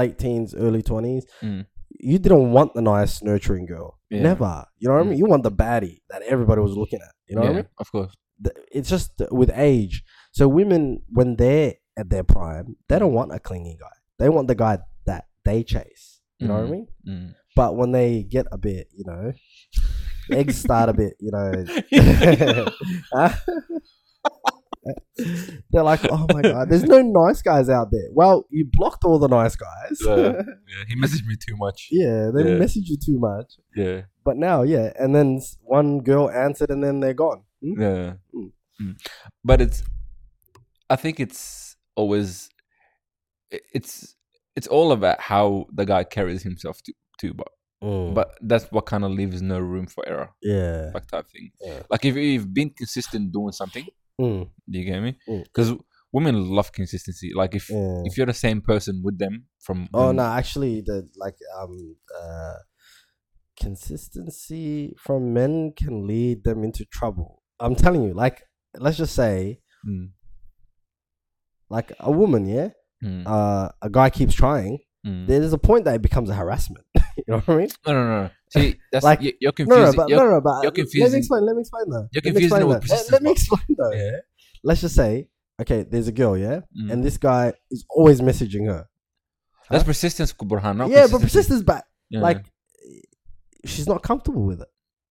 B: late teens, early twenties,
A: Mm.
B: you didn't want the nice, nurturing girl.
A: Yeah.
B: Never. You know what I
A: Mm.
B: mean? You want the baddie that everybody was looking at. You know what I
A: Yeah,
B: mean?
A: Of course.
B: Th- It's just th- with age. So women, when they're at their prime, they don't want a clingy guy. They want the guy that they chase. You know what I
A: Mm.
B: mean? (laughs)
A: Mm.
B: But when they get a bit, you know, eggs start a bit, you know. (laughs) They're like, oh my god, there's no nice guys out there. Well, you blocked all the nice guys.
A: Yeah. Yeah, he messaged me too much.
B: (laughs) yeah, they
A: Yeah.
B: message you too much.
A: Yeah.
B: But now, yeah, and then s- one girl answered, and then they're gone. Hmm?
A: Yeah.
B: Mm.
A: Mm. But it's, I think it's always, i- it's it's all about how the guy carries himself too. too but but that's what kind of leaves no room for error,
B: Hmm. yeah,
A: like type thing.
B: Yeah.
A: Like if you've been consistent doing something,
B: Mm,
A: do you get me?
B: Mm.
A: Because women love consistency. Like if
B: yeah.
A: if you're the same person with them from
B: Oh
A: when-
B: no, actually, the like um uh, consistency from men can lead them into trouble. I'm telling you, like let's just say,
A: Mm,
B: like a woman, yeah,
A: mm,
B: uh, a guy keeps trying.
A: mm.
B: There's a point that it becomes a harassment. (laughs) you know what I mean?
A: no no no. no.
B: (laughs)
A: See, that's
B: Like-
A: like you, you're
B: No,
A: confusing.
B: no, but
A: you're,
B: no, no, but uh,
A: you're
B: let me
A: confusing-
B: explain. Let me explain though.
A: you're
B: let me
A: confusing
B: explain
A: it with
B: though. Let, let me explain though.
A: Yeah.
B: Let's just say, okay, there's a girl, yeah,
A: Mm.
B: and this guy is always messaging her.
A: That's persistence, Burhan. not
B: yeah, but
A: consistency.
B: persistence, but
A: Yeah.
B: like, she's not comfortable with it.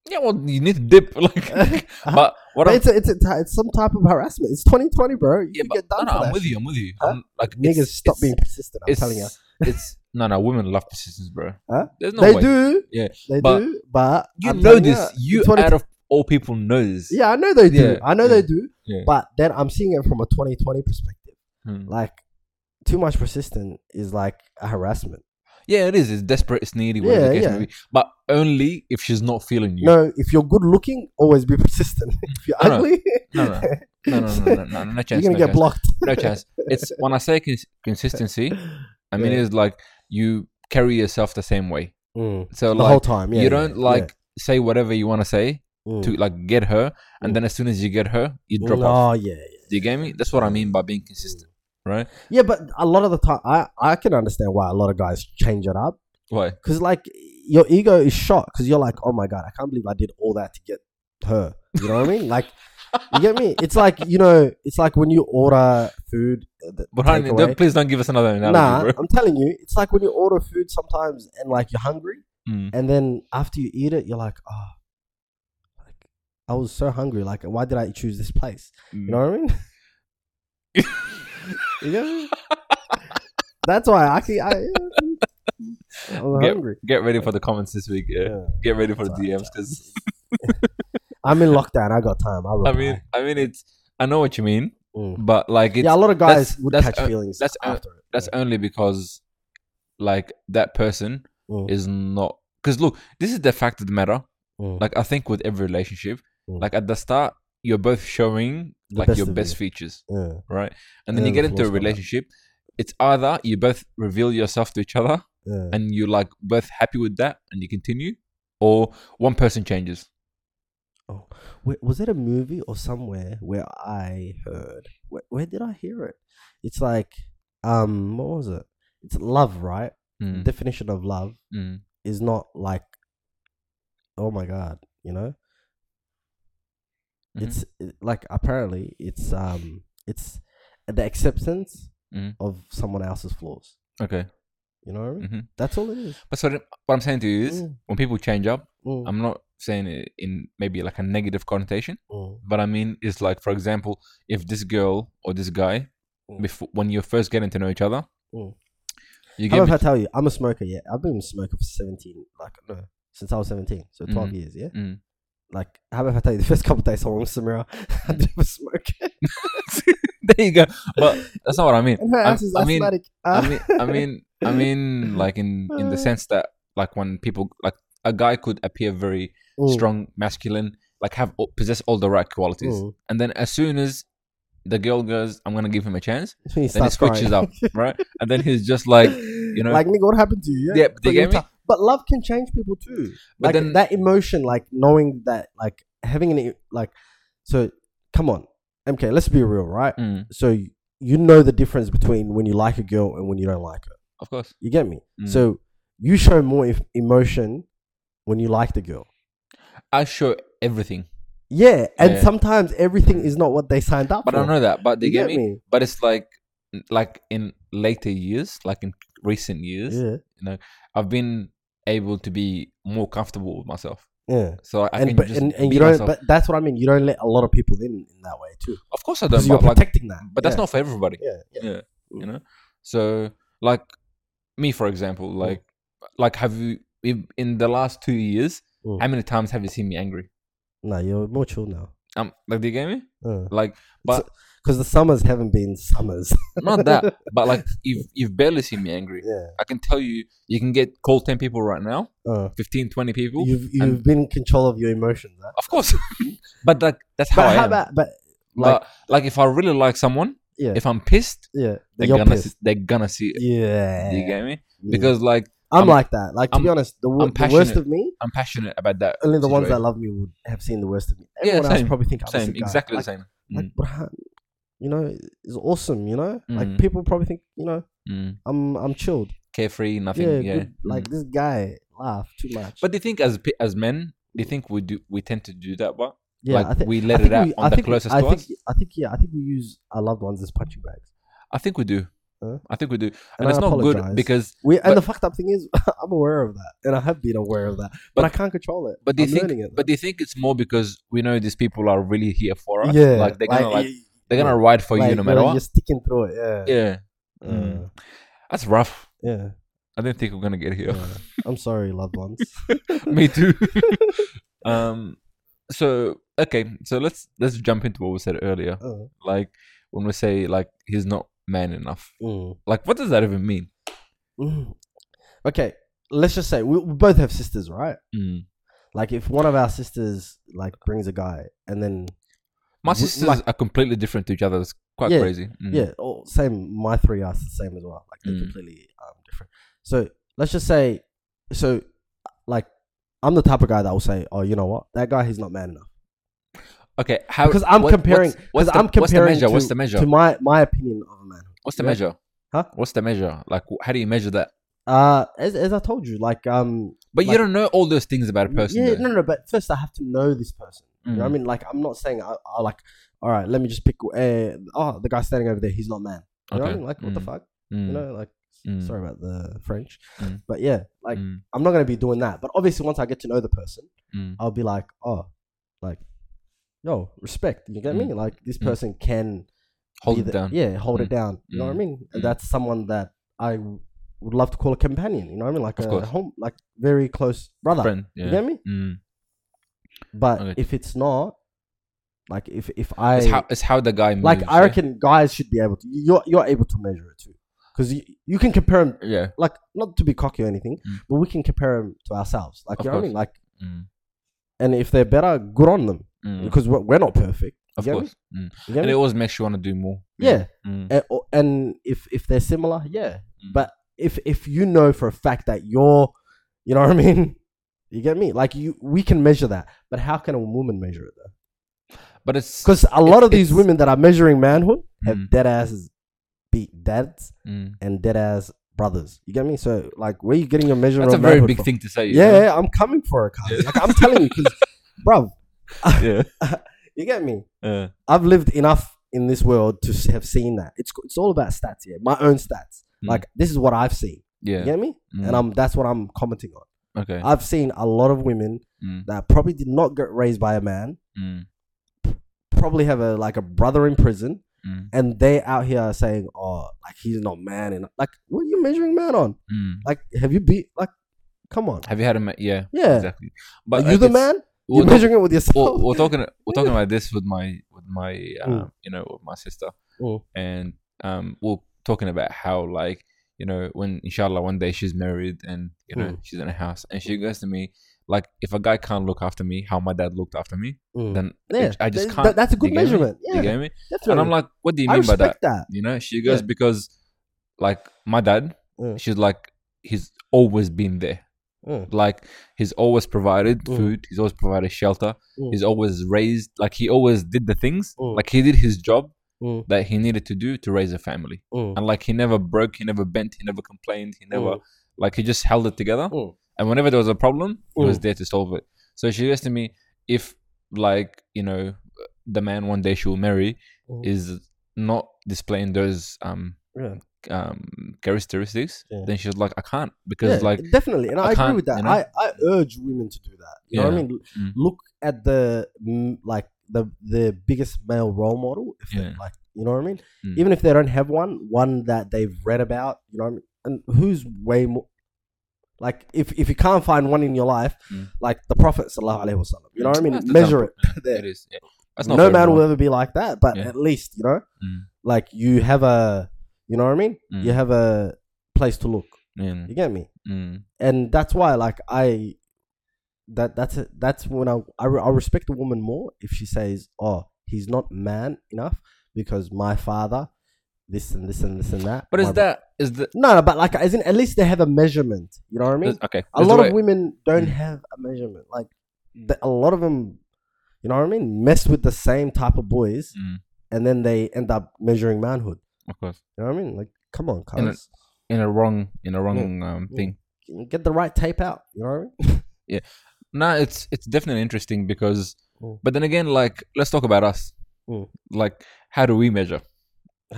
A: Yeah, well, you need to dip. (laughs) Like, but what
B: Uh-huh. But
A: I'm,
B: it's, a, it's, a, ti- it's some type of harassment. It's 2020, bro. You
A: yeah,
B: can
A: but
B: get done
A: no, no,
B: for
A: I'm
B: that.
A: with you. I'm with you.
B: Huh?
A: I'm, like,
B: Niggas,
A: it's-
B: stop
A: it's-
B: being persistent. I'm
A: It's,
B: telling you.
A: it's no, no. Women love persistence, bro.
B: Huh?
A: There's no
B: they
A: way.
B: do.
A: Yeah,
B: They
A: but
B: do. But
A: You
B: I'm
A: know
B: telling
A: this. You
B: it's 20
A: out of all people know this.
B: yeah, I know they do.
A: Yeah,
B: I know
A: yeah,
B: they do.
A: yeah.
B: But then I'm seeing it from a 2020 perspective.
A: Hmm.
B: Like, too much persistent is like a harassment.
A: Yeah, it is. It's desperate. It's needy. Whatever
B: Yeah,
A: the case
B: yeah.
A: may be. But only if she's not feeling you.
B: No, if you're good looking, always be (laughs) persistent. if you're
A: Mm. No, no.
B: ugly,
A: no,
B: (laughs)
A: no, no, no, no, no, no, no, no
B: you're
A: chance. No
B: gonna get
A: chance. (laughs)
B: blocked.
A: no chance. It's when I say cons- consistency, I mean
B: Yeah.
A: it's like you carry yourself the same way.
B: Mm,
A: So
B: the
A: like
B: whole time. Yeah,
A: you
B: yeah,
A: don't
B: yeah.
A: like say whatever you want to say
B: Mm.
A: to like get her, and
B: Mm.
A: then as soon as you get her, you drop
B: Mm,
A: off.
B: Oh yeah, yeah.
A: Do you get me? That's what I mean by being consistent, right?
B: Yeah, but a lot of the time, I, I can understand why a lot of guys change it up
A: Why?
B: because like your ego is shot because you're like, oh my god, I can't believe I did all that to get her. You know what I mean? Like, you get me? It's like you know, it's like when you order food. uh, The
A: But honey,
B: takeaway.
A: don't, please don't give us another analogy,
B: nah,
A: bro.
B: I'm telling you, it's like when you order food sometimes and like you're hungry,
A: Mm.
B: and then after you eat it, you're like, oh, like I was so hungry. Like, why did I choose this place? You know what I
A: Mm-hmm.
B: mean?
A: (laughs)
B: you get me? That's why I can. I, yeah. I was
A: Yeah.
B: hungry.
A: Get ready for the comments this week. Yeah.
B: Yeah.
A: Get ready for the
B: Sorry,
A: DMs because
B: I'm in lockdown. I got time. I, Mm.
A: I mean, I mean, it's I know what you mean, but like it's
B: yeah, a lot of guys
A: that's-
B: would
A: that's,
B: catch
A: uh,
B: feelings
A: that's, uh,
B: after it.
A: that's only because like that person
B: Mm,
A: is not because look, this is the fact of the matter.
B: mm,
A: Like I think with every relationship,
B: Mm.
A: like at the start, you're both showing
B: The
A: like
B: best
A: your
B: of
A: best
B: you.
A: features,
B: yeah.
A: right?
B: And
A: And then you
B: then
A: get
B: the
A: into a
B: flaws come out.
A: relationship. It's either you both reveal yourself to each other
B: yeah.
A: and you're like both happy with that and you continue, or one person changes.
B: Wait, was it a movie or somewhere where I heard? Where, where did I hear it? It's like, um, what was it? It's love, right?
A: Mm,
B: Definition of love
A: mm.
B: is not like, oh my god, you know.
A: Mhm.
B: It's uh, like apparently it's um it's the acceptance
A: Mhm.
B: of someone else's flaws.
A: Okay.
B: You know what I mean?
A: hmm
B: That's all it is.
A: But so then what I'm saying to you is
B: Mm,
A: when people change up,
B: mm,
A: I'm not saying it in maybe like a negative connotation,
B: mm.
A: but I mean, it's like, for example, if this girl or this guy,
B: Mm.
A: before when you're first getting to know each other,
B: Mm.
A: you
B: How
A: get
B: about if I tell you, I'm a smoker. Yeah, I've been a smoker for 17, like no, since I was 17, so 12
A: Mhm.
B: years. Yeah.
A: Mm.
B: Like, how about if I tell you the (laughs) first couple of days I was with Samira, (laughs) I never smoke,
A: (laughs) there you go. But that's not what I mean.
B: (laughs) and her
A: I,
B: ass is
A: I mean,
B: asthmatic.
A: I
B: Ah.
A: mean, I mean, I mean, like in in
B: Uh.
A: the sense that like when people like a guy could appear very
B: (laughs) Mm,
A: strong, masculine, like have all- possess all the right qualities,
B: mm.
A: and then as soon as the girl goes, "I'm gonna give him a chance,"
B: He
A: then he
B: starts
A: switches
B: (laughs)
A: up,
B: crying.
A: right? And then he's just like, You know,
B: like nigga, what happened to you?
A: yeah, but
B: but
A: you get me.
B: you're tou- But love can change people too.
A: But
B: like
A: then-
B: that emotion, like knowing that, like having an e- like, so come on, MK, let's be real, right?
A: Mm,
B: So y- you know the difference between when you like a girl and when you don't like her.
A: of course.
B: You get me?
A: Mm.
B: So you show more e- emotion when you like the girl.
A: I show everything,
B: Yeah, and
A: Yeah.
B: sometimes everything is not what they signed up
A: but
B: for.
A: I know that. But they
B: You
A: get me. But it's like, like in later years, like in recent years,
B: Yeah,
A: I've been able to be more comfortable with myself.
B: yeah.
A: So I
B: and
A: can
B: but
A: just
B: and, and
A: be
B: you don't.
A: myself.
B: But that's what I mean. You don't let a lot of people in in that way too,
A: of course, I don't.
B: because you're
A: But, like,
B: protecting that.
A: but that's
B: Yeah.
A: not for everybody.
B: Yeah, yeah.
A: you know so like me for
B: Mm.
A: example like like have you in in the last two years
B: Mm.
A: how many times have you seen me angry
B: No, you're more chill now.
A: um like they gave me
B: Because
A: like but
B: the summers haven't been summers. (laughs)
A: not that but like you've you've barely seen me angry
B: yeah.
A: i can tell you you can get call 10 people right now
B: Uh,
A: 15 20 people
B: you've you've been in control of your emotions. Huh?
A: of course (laughs) but like that's how
B: But
A: i
B: how
A: am
B: about but
A: like,
B: like
A: but, like if i really like someone
B: yeah
A: if i'm pissed
B: yeah
A: they're
B: you're
A: gonna
B: pissed.
A: see, they're gonna see it
B: yeah
A: you get me
B: yeah.
A: because like
B: I'm,
A: I'm-
B: like that. Like to
A: I'm-
B: be honest, the, wo-
A: I'm
B: the worst
A: passionate.
B: of me.
A: i'm passionate about that
B: Only the ones that
A: situation.
B: love me would have seen the worst of me.
A: Yeah,
B: Everyone else
A: same,
B: probably think I'm a
A: same
B: sick guy.
A: exactly
B: like,
A: the same
B: Like,
A: Mm,
B: bruh, you know, it's awesome. You know, like
A: Mm.
B: people probably think you know
A: mm.
B: I'm I'm chilled.
A: carefree, nothing.
B: Yeah,
A: Yeah,
B: Good, like
A: Mm.
B: this guy laugh too much.
A: But do you think as pe- as men, do you think we do we tend to do that? But
B: yeah,
A: like
B: I think
A: we let
B: I
A: it
B: think
A: out
B: we-
A: on
B: I
A: the
B: think,
A: closest
B: I
A: to
B: think,
A: us.
B: I think yeah, I think we use our loved ones as punching bags.
A: I think we do.
B: Huh?
A: I think we do, and,
B: And
A: it's
B: I
A: not
B: apologize.
A: good because.
B: We and
A: But-
B: the fucked up thing is, (laughs) I'm aware of that, and I have been aware of that, but,
A: But-
B: I can't control it.
A: But do you
B: I'm
A: think?
B: learning it.
A: But do you think it's more because we know these people are really here for us?
B: yeah,
A: like they're gonna like,
B: y-
A: they're gonna ride for
B: like,
A: you no matter
B: you're,
A: what.
B: You're sticking through it. Yeah,
A: Yeah,
B: Uh,
A: Mm. that's rough.
B: yeah.
A: I didn't think we're gonna get
B: (laughs)
A: (laughs) here.
B: yeah. I'm sorry, loved ones.
A: Me too. (laughs) um, so okay, so let's let's jump into what we said earlier.
B: Uh,
A: Like when we say like he's not man enough.
B: mm.
A: Like what does that even mean?
B: Mm. Okay, let's just say we, we both have sisters, right?
A: Mm.
B: Like, if one of our sisters like brings a guy, and then
A: My
B: W-
A: sisters
B: like-
A: are completely different to each other. It's quite
B: Yeah,
A: crazy. Mm.
B: Yeah, or same. My three are the same as well. Like they're
A: Mm.
B: completely um, different. So let's just say, so like I'm the type of guy that will say, oh, you know what, that guy he's not man enough
A: Okay. How?
B: because I'm
A: what-
B: comparing.
A: What's,
B: Because
A: what's the,
B: I'm comparing
A: What's the measure?
B: to,
A: what's the measure?
B: to my my opinion of a man.
A: what's the
B: yeah.
A: measure?
B: Huh?
A: What's the measure? Like, wh- how do you measure that?
B: Uh, as as I told you, like um,
A: But you
B: Like- Mm,
A: don't know all those things about a person.
B: yeah,
A: though.
B: no, no, no. But first, I have to know this person. You know what I
A: Mm.
B: mean? Like, I'm not saying I, I like. All right, let me just pick. Uh, oh, the guy standing over there, he's not man. You know what I
A: Okay.
B: mean? Like, what the
A: Mm.
B: fuck?
A: Mm.
B: You know, like,
A: Mm.
B: sorry about the French,
A: Mm.
B: but yeah, like,
A: Mm.
B: I'm not gonna be doing that. But obviously, once I get to know the person,
A: Mm.
B: I'll be like, oh, like, yo, respect. You get me?
A: Mm.
B: Like, this
A: Mm.
B: person can
A: Hold
B: be
A: it
B: the-
A: down.
B: Yeah, hold it
A: Mm.
B: down. You know what I
A: Mm.
B: mean? And
A: Mm.
B: that's someone that I w- would love to call a companion. You know what I mean? Like
A: Of
B: a
A: course.
B: home, like very close brother.
A: Friend.
B: You
A: Yeah.
B: get me?
A: Mm.
B: But
A: Okay.
B: if it's not, like, if if I
A: It's how it's how the guy moves.
B: like, I
A: yeah?
B: reckon guys should be able to. You're you're able to measure it too, because you, you can compare 'em,
A: Yeah.
B: Like, not to be cocky or anything,
A: Mm.
B: but we can compare them to ourselves. Like,
A: Of
B: you know what
A: course.
B: I mean? Like.
A: Mm.
B: and if they're better, good on them
A: Mm.
B: because we're, we're not perfect. You
A: Of
B: get me?
A: course. Mm.
B: You get
A: And it
B: me?
A: always makes you want to do more.
B: Yeah,
A: Mm.
B: and, or- and if if they're similar, yeah.
A: Mm.
B: But if if you know for a fact that you're, you know what I mean, (laughs) you get me. Like you, we can measure that, but how can a woman measure it though?
A: But it's.
B: Because a lot
A: It's-
B: of these
A: it's-
B: women that are measuring manhood have
A: Mm.
B: dead asses, beat dads
A: Mm.
B: and dead ass brothers. You get me? So like, where you getting your measure?
A: That's a
B: of
A: very
B: manhood
A: big
B: from?
A: thing to say. you
B: Yeah,
A: know?
B: I'm coming for it, cuz.
A: Yeah.
B: Like I'm telling you, because, (laughs) bruv,
A: (laughs) Yeah.
B: (laughs) you get me.
A: Yeah.
B: I've lived enough in this world to s- have seen that. It's it's all about stats here. My own stats.
A: Mm.
B: Like this is what I've seen. You
A: Yeah.
B: get me?
A: Mm.
B: And I'm that's what I'm commenting on.
A: Okay.
B: I've seen a lot of women
A: Mm.
B: that probably did not get raised by a man,
A: Mm.
B: probably have a like a brother in prison,
A: Mm.
B: and they out here saying, "Oh, like he's not man enough." Like, what are you measuring man on?
A: Mm.
B: Like, have you beat? Like, come on.
A: Have you had a ma- yeah?
B: Yeah.
A: exactly. But
B: are you
A: like,
B: the
A: it's-
B: man?
A: We're,
B: You're
A: talk-
B: measuring it with yourself.
A: we're, we're talking. We're talking about this with my with my uh,
B: Mm.
A: you know with my sister,
B: Mm.
A: and um, we're talking about how like you know when inshallah one day she's married and you know
B: Mm.
A: she's in a house and she goes to me like if a guy can't look after me how my dad looked after me
B: (laughs) Mm.
A: then
B: yeah,
A: I just
B: Th-
A: can't.
B: that's a good
A: You get me?
B: measurement.
A: you
B: Yeah,
A: get me?
B: definitely.
A: And I'm like, what do you
B: I
A: mean by
B: respect
A: that?
B: that.
A: You know, she goes because like my dad
B: Mm.
A: she's like he's always been there
B: Mm.
A: like he's always provided
B: Mm.
A: food he's always provided shelter
B: Mm.
A: he's always raised like he always did the things
B: Mm.
A: like he did his job
B: Mm.
A: that he needed to do to raise a family
B: Mm.
A: and like he never broke he never bent he never complained he never
B: Mm.
A: like he just held it together
B: Mm.
A: and whenever there was a problem he was
B: Mm.
A: there to solve it so she asked me if like you know the man one day she will marry
B: Mm.
A: is not displaying those um
B: Yeah.
A: um characteristics
B: Yeah.
A: then she's like i can't because
B: Yeah,
A: like
B: definitely, and
A: I
B: I, agree
A: can't,
B: with that.
A: you know?
B: I, I urge women to do that. You know what I
A: Yeah.
B: mean?
A: Mm.
B: Look at the mm, like the the biggest male role model. If they-
A: Yeah.
B: like you know what I mean?
A: Mm.
B: Even if they don't have one, one that they've read about. You know what I mean? And who's way more like if if you can't find one in your life,
A: Mm.
B: like the Prophet sallallahu alaihi wasallam. You know what I mean?
A: That's the
B: Measure it. (laughs)
A: example. Yeah,
B: there.
A: it is yeah. that's not
B: No
A: for
B: man will
A: everyone.
B: ever be like that, but
A: Yeah.
B: at least you know,
A: Mm.
B: like you have a, you know what I mean?
A: Mm.
B: You have a place to look.
A: Mm,
B: You get me?
A: mm,
B: and that's why like i that that's it that's when I, I re- I respect a woman more if she says oh he's not man enough because my father this and this and this and that
A: but is
B: my-
A: that is the
B: no no but like as in at least they have a measurement you know what i mean
A: okay
B: a
A: is the
B: lot
A: way-
B: of women don't
A: Mm.
B: have a measurement like the, a lot of them you know what i mean mess with the same type of boys
A: Mm,
B: and then they end up measuring manhood
A: of course
B: you know what i mean like come on
A: And
B: cuz
A: in a wrong in a wrong um,
B: yeah.
A: thing
B: get the right tape out you know what i mean (laughs)
A: no it's it's definitely interesting because
B: Mm.
A: but then again like let's talk about us
B: Mm.
A: like how do we measure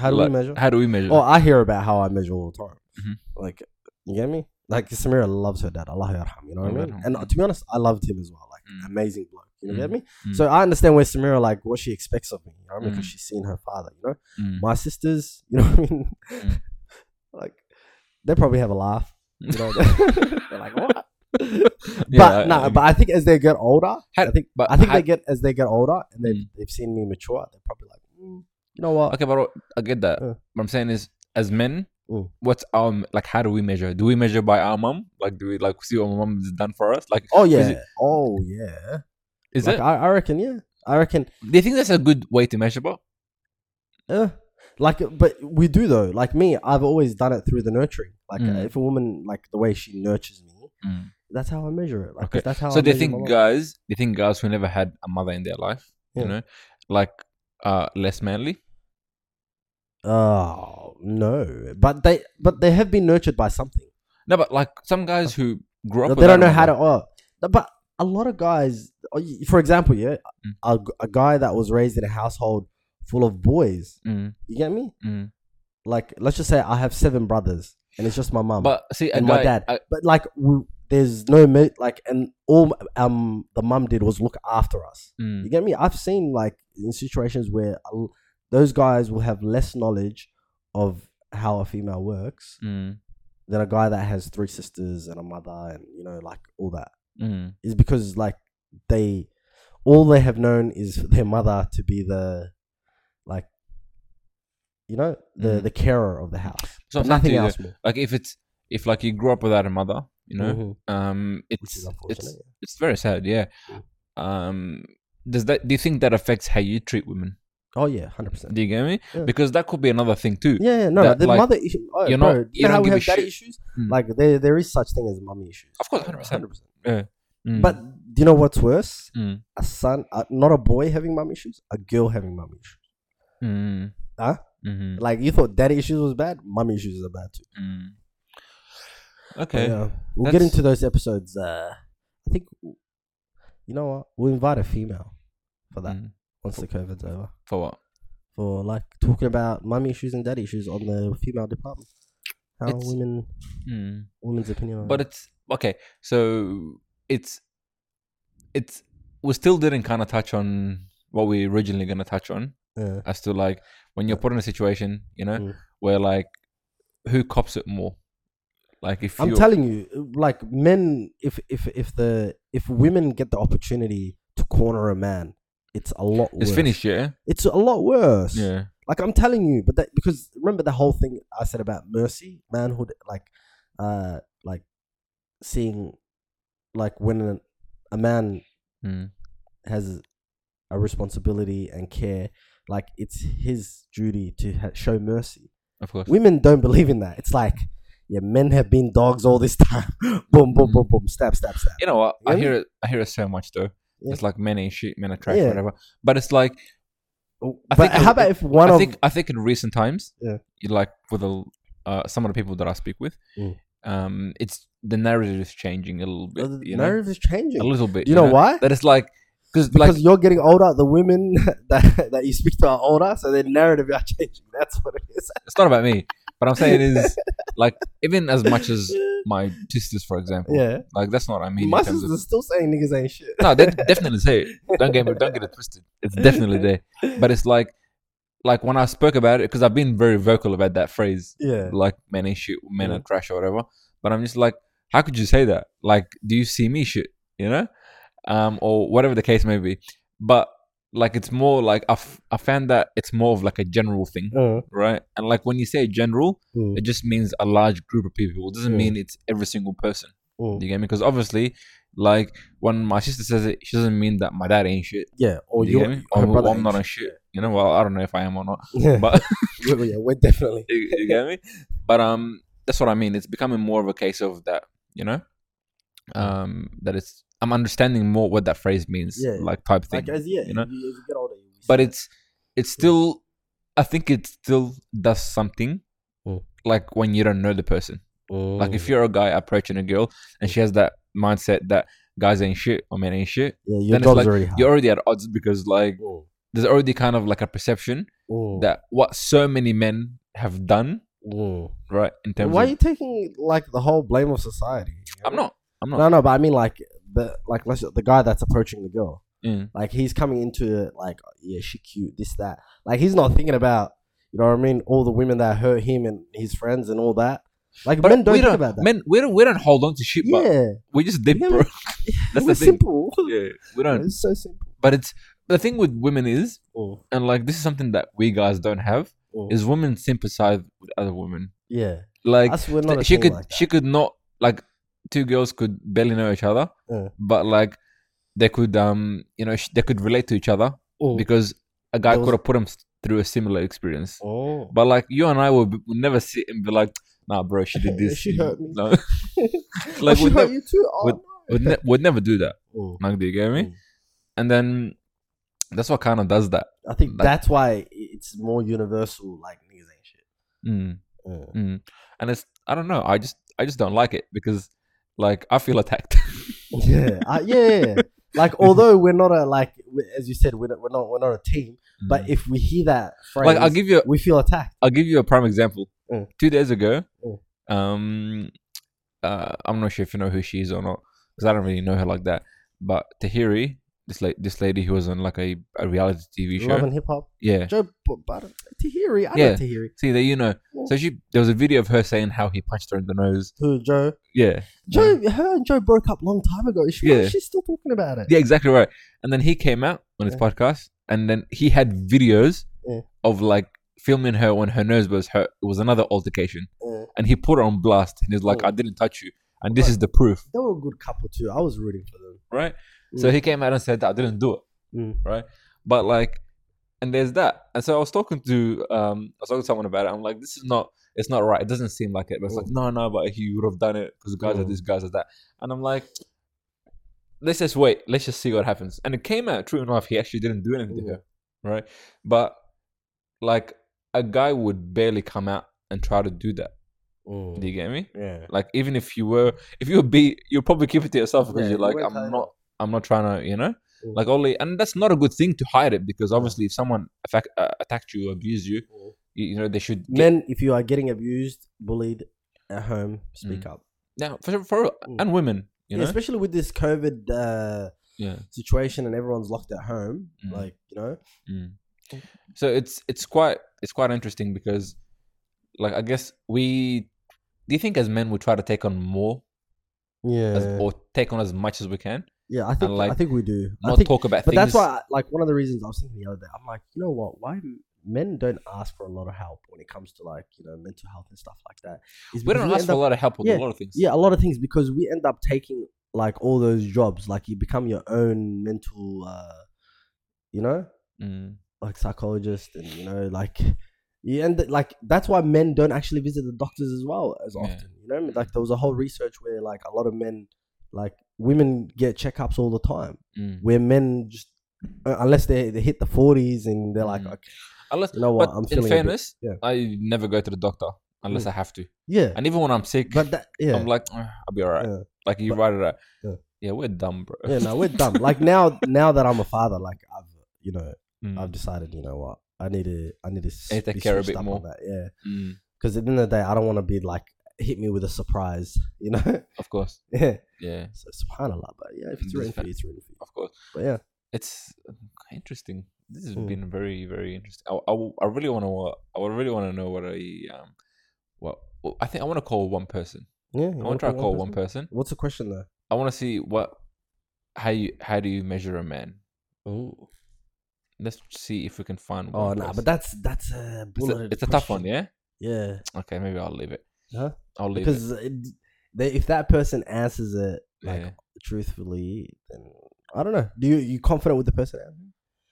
B: how do
A: Like,
B: we measure
A: how do we measure
B: Oh, I hear about how I measure all the time.
A: Mhm.
B: Like, you get me? Like, Samira loves her dad. Allah yarham, you know what I
A: Allah
B: mean?
A: yarham.
B: And uh, to be honest, I loved him as well. Like,
A: Mm.
B: amazing bloke. You know
A: Mm.
B: get me?
A: Mm.
B: So I understand where Samira, like, what she expects of me. You know what I mean? Because
A: Mm.
B: she's seen her father, you know?
A: Mm.
B: My sisters, (laughs) you know what I mean?
A: Mm.
B: (laughs) like, they probably have a laugh. You
A: (laughs)
B: know? (laughs) They're like, what?
A: (laughs) Yeah, I-
B: (laughs) but no,
A: I-
B: but I think as they get older,
A: Had-
B: I think
A: but
B: I think
A: had-
B: they get as they get older and they've,
A: Mm.
B: they've seen me mature, they're probably like, mm, you know what?
A: okay, but oh, I get that.
B: Uh.
A: What I'm saying is, as men,
B: Mm.
A: what's our m- like? How do we measure? Do we measure by our mom? Like, do we like see what my mom has done for us? Like,
B: Oh yeah,
A: it-
B: oh yeah.
A: is it?
B: like, I, I reckon, yeah. I reckon,
A: do you think that's a good way to measure? But
B: uh, like, but we do though. Like me, I've always done it through the nurturing. Like, uh,
A: Mm.
B: if a woman, like the way she nurtures me,
A: Mm.
B: that's how I measure it. Like, 'cause
A: Okay.
B: that's how.
A: so
B: I
A: do you
B: measure my
A: think
B: life.
A: guys? Do you think guys who never had a mother in their life,
B: Yeah.
A: you know, like uh less manly?
B: Oh no, but they, but they have been nurtured by something.
A: No, but like some guys who grew up,
B: They
A: without
B: don't
A: a
B: know how to.
A: mother-
B: Oh, but a lot of guys, oh, y- for example, yeah,
A: Mm.
B: a, a guy that was raised in a household full of boys.
A: Mm,
B: You get me?
A: mm.
B: Like, let's just say I have seven brothers, and it's just my mum.
A: But see, a
B: and
A: guy,
B: my dad.
A: a-
B: but like, we, there's no me- like, and all um the mum did was look after us.
A: mm,
B: You get me? I've seen like in situations where l- those guys will have less knowledge of how a female works
A: mm,
B: than a guy that has three sisters and a mother and you know like all that
A: mm,
B: is because like they all they have known is (laughs) their mother to be the like you know the
A: Mm.
B: the carer of the house
A: So
B: But
A: I'm saying to
B: nothing
A: you that-
B: else more
A: like if it's if like you grew up without a mother, you know,
B: Mhm.
A: um,
B: which
A: it's
B: is unfortunate
A: it's it's very sad. Yeah.
B: Mm.
A: Um, does that do you think that affects how you treat women?
B: oh yeah 100%
A: Do you get me?
B: Yeah.
A: Because that could be another thing too.
B: Yeah, yeah, no, no,
A: that,
B: the
A: like,
B: mother issue. Oh,
A: you're not-
B: bro, you
A: you
B: know
A: don't
B: how we
A: give a
B: have daddy
A: shit.
B: issues?
A: Mm.
B: Like there, there is such thing as mummy issues.
A: Of course,
B: You know,
A: 100%.
B: 100%.
A: Mm,
B: But do you know what's worse?
A: mm,
B: A son, uh, not a boy having mum issues, a girl having mum issues.
A: mm,
B: Huh?
A: mhm,
B: Like you thought daddy issues was bad, mummy issues are bad too.
A: mm.
B: But,
A: Okay.
B: yeah, we'll get
A: That's-
B: into those episodes. Uh, I think you know what? We'll invite a female for that
A: Mm.
B: once the COVID's over.
A: For what?
B: For like talking about mummy issues and daddy issues on the female department. How
A: It's-
B: women,
A: Mm.
B: women's opinion on
A: but
B: it.
A: it's okay so it's it's we still didn't kind of touch on what we originally gonna touch on
B: Yeah.
A: as to like when you're put in a situation you know
B: Mm.
A: where like who cops it more like if
B: I'm
A: you
B: telling you, like men, if if if the if women get the opportunity to corner a man, it's a lot.
A: it's
B: worse.
A: finished yeah
B: It's a lot worse.
A: yeah
B: Like I'm telling you, but that because remember the whole thing I said about mercy, manhood, like, uh, like seeing, like when a, a man
A: Mm.
B: has a responsibility and care, like it's his duty to ha- show mercy.
A: of course
B: Women don't believe in that. It's like, yeah, men have been dogs all this (laughs) time. boom, boom, boom, boom, stab, stab, stab.
A: You know what?
B: Yeah.
A: I hear it. I hear it so much though.
B: Yeah.
A: It's like men ain't shit, men are trash,
B: Yeah.
A: whatever. But it's like I
B: but
A: think
B: how
A: it-
B: about if one
A: I
B: of
A: think I think in recent times,
B: Yeah.
A: you like with the uh, some of the people that I speak with,
B: Mm.
A: um, it's the narrative is changing a little bit.
B: the
A: you know?
B: narrative is changing?
A: a little bit.
B: Do you know why?
A: That it's like because like
B: Because you're getting older, the women (laughs) that, that you speak to are older, so their narrative are (laughs) changing. That's what it is.
A: it's not about me. But I'm saying
B: (laughs)
A: is like even as much as my sisters, for example,
B: yeah.
A: like that's not what I mean.
B: My
A: in terms
B: sisters
A: of-
B: are still saying niggas ain't shit.
A: no, they definitely say it. Don't get me, don't get it twisted. It's definitely there. But it's like like when I spoke about it because I've been very vocal about that phrase,
B: Yeah.
A: like men ain't shit, men
B: Yeah.
A: are trash or whatever. But I'm just like, how could you say that? Like, do you see me shit? You know, um, or whatever the case may be. But like, it's more like I, f- I found that it's more of like a general thing,
B: Uh,
A: right? And like when you say general,
B: mm,
A: it just means a large group of people. It doesn't
B: Yeah.
A: mean it's every single person.
B: mm.
A: You get me? Because obviously, like when my sister says it, she doesn't mean that my dad ain't shit.
B: Yeah. Or
A: Do you
B: you
A: get me? Or I'm not a shit. You know, well, I don't know if I am or not.
B: Yeah.
A: But
B: (laughs) yeah, yeah, we're definitely.
A: you, you get me? But um, that's what I mean. It's becoming more of a case of that, you know, um, that it's I'm understanding more what that phrase means,
B: Yeah.
A: (laughs) like type thing.
B: Like, as, yeah,
A: you know?
B: as you get older, you
A: but it's it's still, I think it still does something.
B: Mm.
A: Like when you don't know the person. Like if
B: you
A: you're a guy approaching a girl and she has that mindset that guys ain't shit or men ain't shit,
B: yeah, your
A: then it's
B: job's
A: like
B: already hard.
A: you're already at odds because like
B: Mm,
A: there's already kind of like a perception
B: mm,
A: that what so many men have done,
B: mm.
A: right? In terms
B: Why
A: of
B: are you taking like the whole blame of society? you
A: I'm
B: know?
A: not. I'm not.
B: No, no, but I mean like the like let's the guy that's approaching the girl.
A: Mm.
B: Like he's coming into it like yeah, she cute, this that. Like he's not thinking about you know what I mean, all the women that hurt him and his friends and all that. Like
A: But
B: men don't
A: we
B: think
A: don't,
B: about that.
A: Men, we don't, we don't hold on to shit, but
B: yeah,
A: we just dip,
B: Yeah,
A: bro. (laughs) That's
B: we're
A: the thing.
B: simple.
A: Yeah, (laughs) we don't.
B: It's so simple.
A: But it's the thing with women is,
B: Mm,
A: and like this is something that we guys don't have,
B: mm.
A: is women sympathize with other women.
B: yeah,
A: Like
B: us we're not.
A: th-
B: a
A: she
B: team
A: could,
B: like that.
A: she could not like two girls could barely know each other,
B: Mm.
A: but like they could, um, you know, sh- they could relate to each other
B: Mm.
A: because a guy
B: There was-
A: could have put him through a similar experience.
B: Oh.
A: But like you and I will, be, will never sit and be like, nah, bro, she did this.
B: (laughs) She
A: you know."
B: hurt me.
A: No. (laughs)
B: like
A: like
B: she
A: we'd,
B: hurt
A: never,
B: you too. Oh,
A: with- would, ne- would never do that.
B: no.
A: Like, do you get me?
B: Mm.
A: And then that's what kind of does that.
B: I think
A: Like-
B: that's why it's more universal. Like niggas ain't shit.
A: Mm,
B: Mm.
A: mm. And it's I don't know. I just I just don't like it because like I feel attacked.
B: yeah, I,
A: (laughs)
B: yeah, yeah. Like although we're not a like we- as you said we're not we're not, we're not a team, (laughs) but
A: Mm.
B: if we hear that phrase,
A: (laughs) like I'll give you
B: we feel attacked.
A: I'll give you a prime example.
B: Mm.
A: Two days ago,
B: Mm.
A: um, uh, I'm not sure if you know who she is or not because I don't really know her like that. But Tahiri, this la- this lady who was on like a, a reality TV show,
B: Love and hip hop.
A: yeah.
B: Joe B- Biden, Tahiri, I
A: Yeah.
B: know Tahiri.
A: See that you know.
B: Yeah.
A: So she there was a video of her saying how he punched her in the nose.
B: Who Joe?
A: Yeah.
B: Joe, her and Joe broke up long time ago. She,
A: Yeah.
B: she's still talking about it.
A: Yeah, exactly right. And then he came out on his
B: Yeah.
A: podcast, and then he had videos
B: Yeah.
A: of like filming her when her nose was hurt. It was another altercation,
B: Yeah.
A: and he put her on blast, and he's like,
B: Yeah.
A: "I didn't touch you, and this
B: Oh. Right.
A: is the proof."
B: They were a good couple too. I was rooting for them.
A: Right. So
B: Mm.
A: he came out and said that I didn't do it,
B: Mm.
A: but like, and there's that. And so I was talking to um, I was talking to someone about it. I'm like, "This is not. It's not right. It doesn't seem like it." But it's like, "No, no, but he would have done it because guys are
B: Mm.
A: this, guys are that." And I'm like. Let's just wait. Let's just see what happens. And it came out true enough. He actually didn't do anything to
B: Mm.
A: her. right? But like a guy would barely come out and try to do that.
B: Mm.
A: Do you get me?
B: Yeah.
A: Like even if you were, if you were beat, you'll probably keep it to yourself because
B: Yeah,
A: you're
B: you
A: like,
B: won't
A: I'm
B: hide it.
A: not, I'm not trying to, you know,
B: Mm.
A: like only, and that's not a good thing to hide it because obviously if someone affect, uh, attacked you, abused you,
B: Mm.
A: you, you know, they should get,
B: Men, if you are getting abused, bullied at home, speak up.
A: now for, for Mm.
B: Mm.
A: and women, you
B: Yeah,
A: know,
B: especially with this COVID uh,
A: yeah.
B: situation and everyone's locked at home,
A: Mm.
B: like you know,
A: So it's it's quite it's quite interesting because, like, I guess we, do you think as men we try to take on more
B: yeah,
A: as, or take on as much as we can?
B: yeah. I think
A: and, like,
B: I think we do. I
A: not
B: think,
A: talk about
B: but
A: things.
B: that's why, like, one of the reasons I was thinking the other day, I'm like, you know what? Why do men don't ask for a lot of help when it comes to like you know mental health and stuff like that? Is
A: we
B: because
A: don't ask
B: end
A: for a
B: up-
A: lot of help with
B: yeah,
A: a lot of things.
B: yeah, a lot of things because we end up taking like all those jobs. Like you become your own mental, uh, you know,
A: Mm.
B: like psychologist and you know like Yeah, and th- like that's why men don't actually visit the doctors as well as
A: Yeah.
B: often. You know, like there was a whole research where like a lot of men, like women, get checkups all the time,
A: Mm.
B: where men just uh, unless they, they hit the forties and they're like,
A: Mm.
B: okay,
A: Unless,
B: you know what,
A: but
B: I'm
A: in
B: feeling. a bit-
A: fairness,
B: yeah.
A: I never go to the doctor unless I have to.
B: yeah,
A: And even when I'm sick,
B: but that, yeah,
A: I'm like, "Ah, I'll be all right.
B: yeah.
A: Like, you're
B: But-
A: right, right.
B: Yeah.
A: Yeah, we're dumb, bro.
B: yeah, no, we're dumb. Like now, now that I'm a father, like I've, you know,
A: (laughs) (laughs) Mm.
B: I've decided, you know what, I need to, I need to s-
A: I need to
B: be
A: care a
B: switched
A: bit
B: up on
A: more.
B: That. Yeah,
A: Mm.
B: because at the end of the day, I don't want to be like hit me with a surprise, you know. (laughs)
A: Of course.
B: yeah,
A: Yeah,
B: so, subhanallah, but yeah, if it's
A: Mm,
B: written for
A: fact.
B: you, it's written for you.
A: of course.
B: But yeah,
A: It's uh, interesting. This has
B: Mm.
A: been very, very interesting. I, I, I really want to. I would really want to know what I um. What well, I think I want to call one person.
B: yeah.
A: I want to try to call one person.
B: What's the question though?
A: I want to see what how you how do you measure a man.
B: Oh,
A: Let's see if we can find.
B: oh
A: one
B: nah,
A: person.
B: but that's that's a
A: it's a,
B: bulleted
A: it's a tough one,
B: question.
A: yeah.
B: Yeah,
A: Okay, maybe I'll leave it.
B: Huh?
A: I'll leave it.
B: because it, they, if that person answers it like
A: yeah.
B: truthfully, then I don't know. Do you you confident with the person?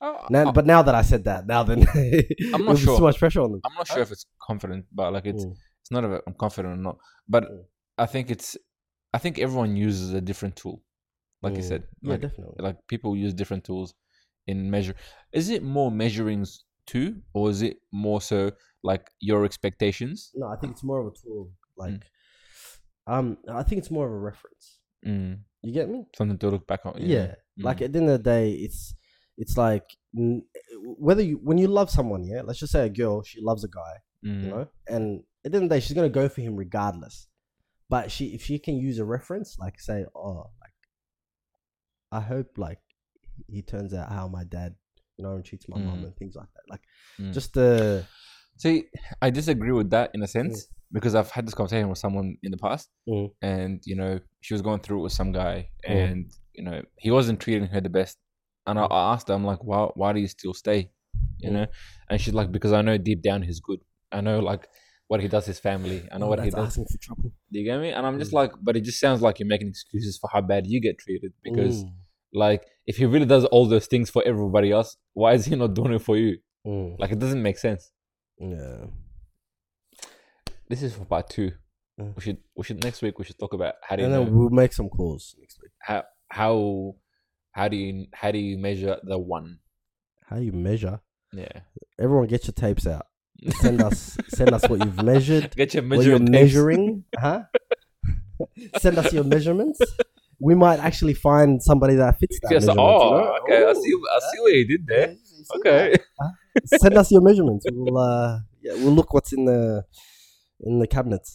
A: Oh,
B: Now,
A: I-
B: but now that I said that, now then, (laughs) I'm
A: not sure.
B: Too much pressure on them.
A: I'm not sure if it's confident, but like it's
B: Mm.
A: it's not about I'm confident or not. But
B: Mm.
A: I think it's I think everyone uses a different tool. Like you
B: Mm.
A: said,
B: yeah,
A: like
B: definitely.
A: like people use different tools in measure. Is it more measurings too, or is it more so like your expectations?
B: no, I think it's more of a tool. Like,
A: Mm.
B: um, I think it's more of a reference.
A: Mm.
B: You get me?
A: Something to look back on. Mm,
B: Yeah. Like at the end of the day, it's it's like n- whether you when you love someone, yeah. Let's just say a girl, she loves a guy,
A: mm.
B: you know, and at the end of the day, she's gonna go for him regardless. But she, if she can use a reference, like say, oh, like I hope like he turns out how my dad, you know, cheats my mom
A: Mm.
B: and things like that. Like
A: Mm.
B: just the
A: See, I disagree with that in a sense because I've had this conversation with someone in the past,
B: Mm.
A: and you know she was going through it with some guy,
B: Mm.
A: and you know he wasn't treating her the best. And I, I asked her, I'm like, why, why do you still stay? You
B: Mm.
A: know, and she's like, because I know deep down he's good. I know like what he does his family. I know
B: oh,
A: what he
B: that's
A: does.
B: asking for trouble
A: Do you get me? And I'm just
B: Mm.
A: like, but it just sounds like you're making excuses for how bad you get treated because
B: Mm.
A: like if he really does all those things for everybody else, why is he not doing it for you?
B: Mm.
A: Like it doesn't make sense.
B: yeah.
A: this is for part two.
B: Mm.
A: We should we should next week we should talk about how do you
B: And then
A: know,
B: we'll make some calls next week.
A: how how how do you how do you measure the one?
B: How you measure?
A: Yeah,
B: Everyone, get your tapes out. Send us, send us what you've
A: (laughs)
B: measured,
A: get your
B: what you're
A: measuring. tapes.
B: measuring, huh?
A: (laughs)
B: send us your measurements. We might actually find somebody that fits that.
A: Yes, oh,
B: measurement, you know?
A: okay. I
B: Ooh,
A: see. I see what you did
B: yeah,
A: there.
B: you see that?
A: Okay. (laughs)
B: Send us your measurements. We'll, uh, yeah, we'll look what's in the in the cabinets.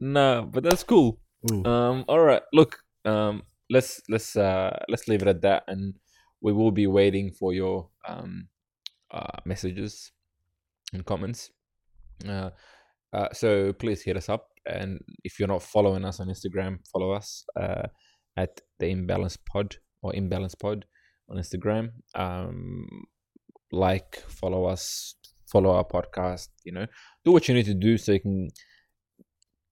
A: no, but that's cool.
B: Mm.
A: Um. All right. Look. Um. Let's let's uh let's leave it at that, and we will be waiting for your um uh messages and comments. Uh, uh, so please hit us up, and if you're not following us on Instagram, follow us uh, at the Imbalance Pod or Imbalance Pod on Instagram. Um, like, follow us, follow our podcast. You know, do what you need to do so you can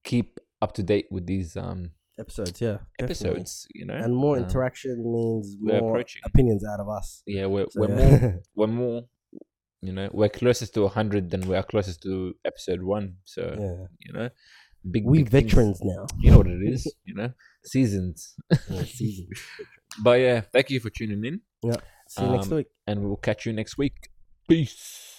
A: keep up to date with these um,
B: Episodes, yeah, definitely.
A: episodes. You know,
B: and more
A: Uh,
B: interaction means
A: we're
B: more
A: approaching.
B: opinions out of us.
A: yeah, we're
B: So,
A: we're
B: yeah. (laughs)
A: more we're more. You know, we're closest to 100 than we are closest to episode one. So,
B: Yeah.
A: you know, big
B: we
A: big things.
B: veterans now.
A: you know what it is,
B: (laughs)
A: you know, seasons.
B: Yeah, (laughs) season.
A: But yeah, thank you for tuning in,
B: See you next
A: Um,
B: week.
A: and we'll catch you next week. Peace.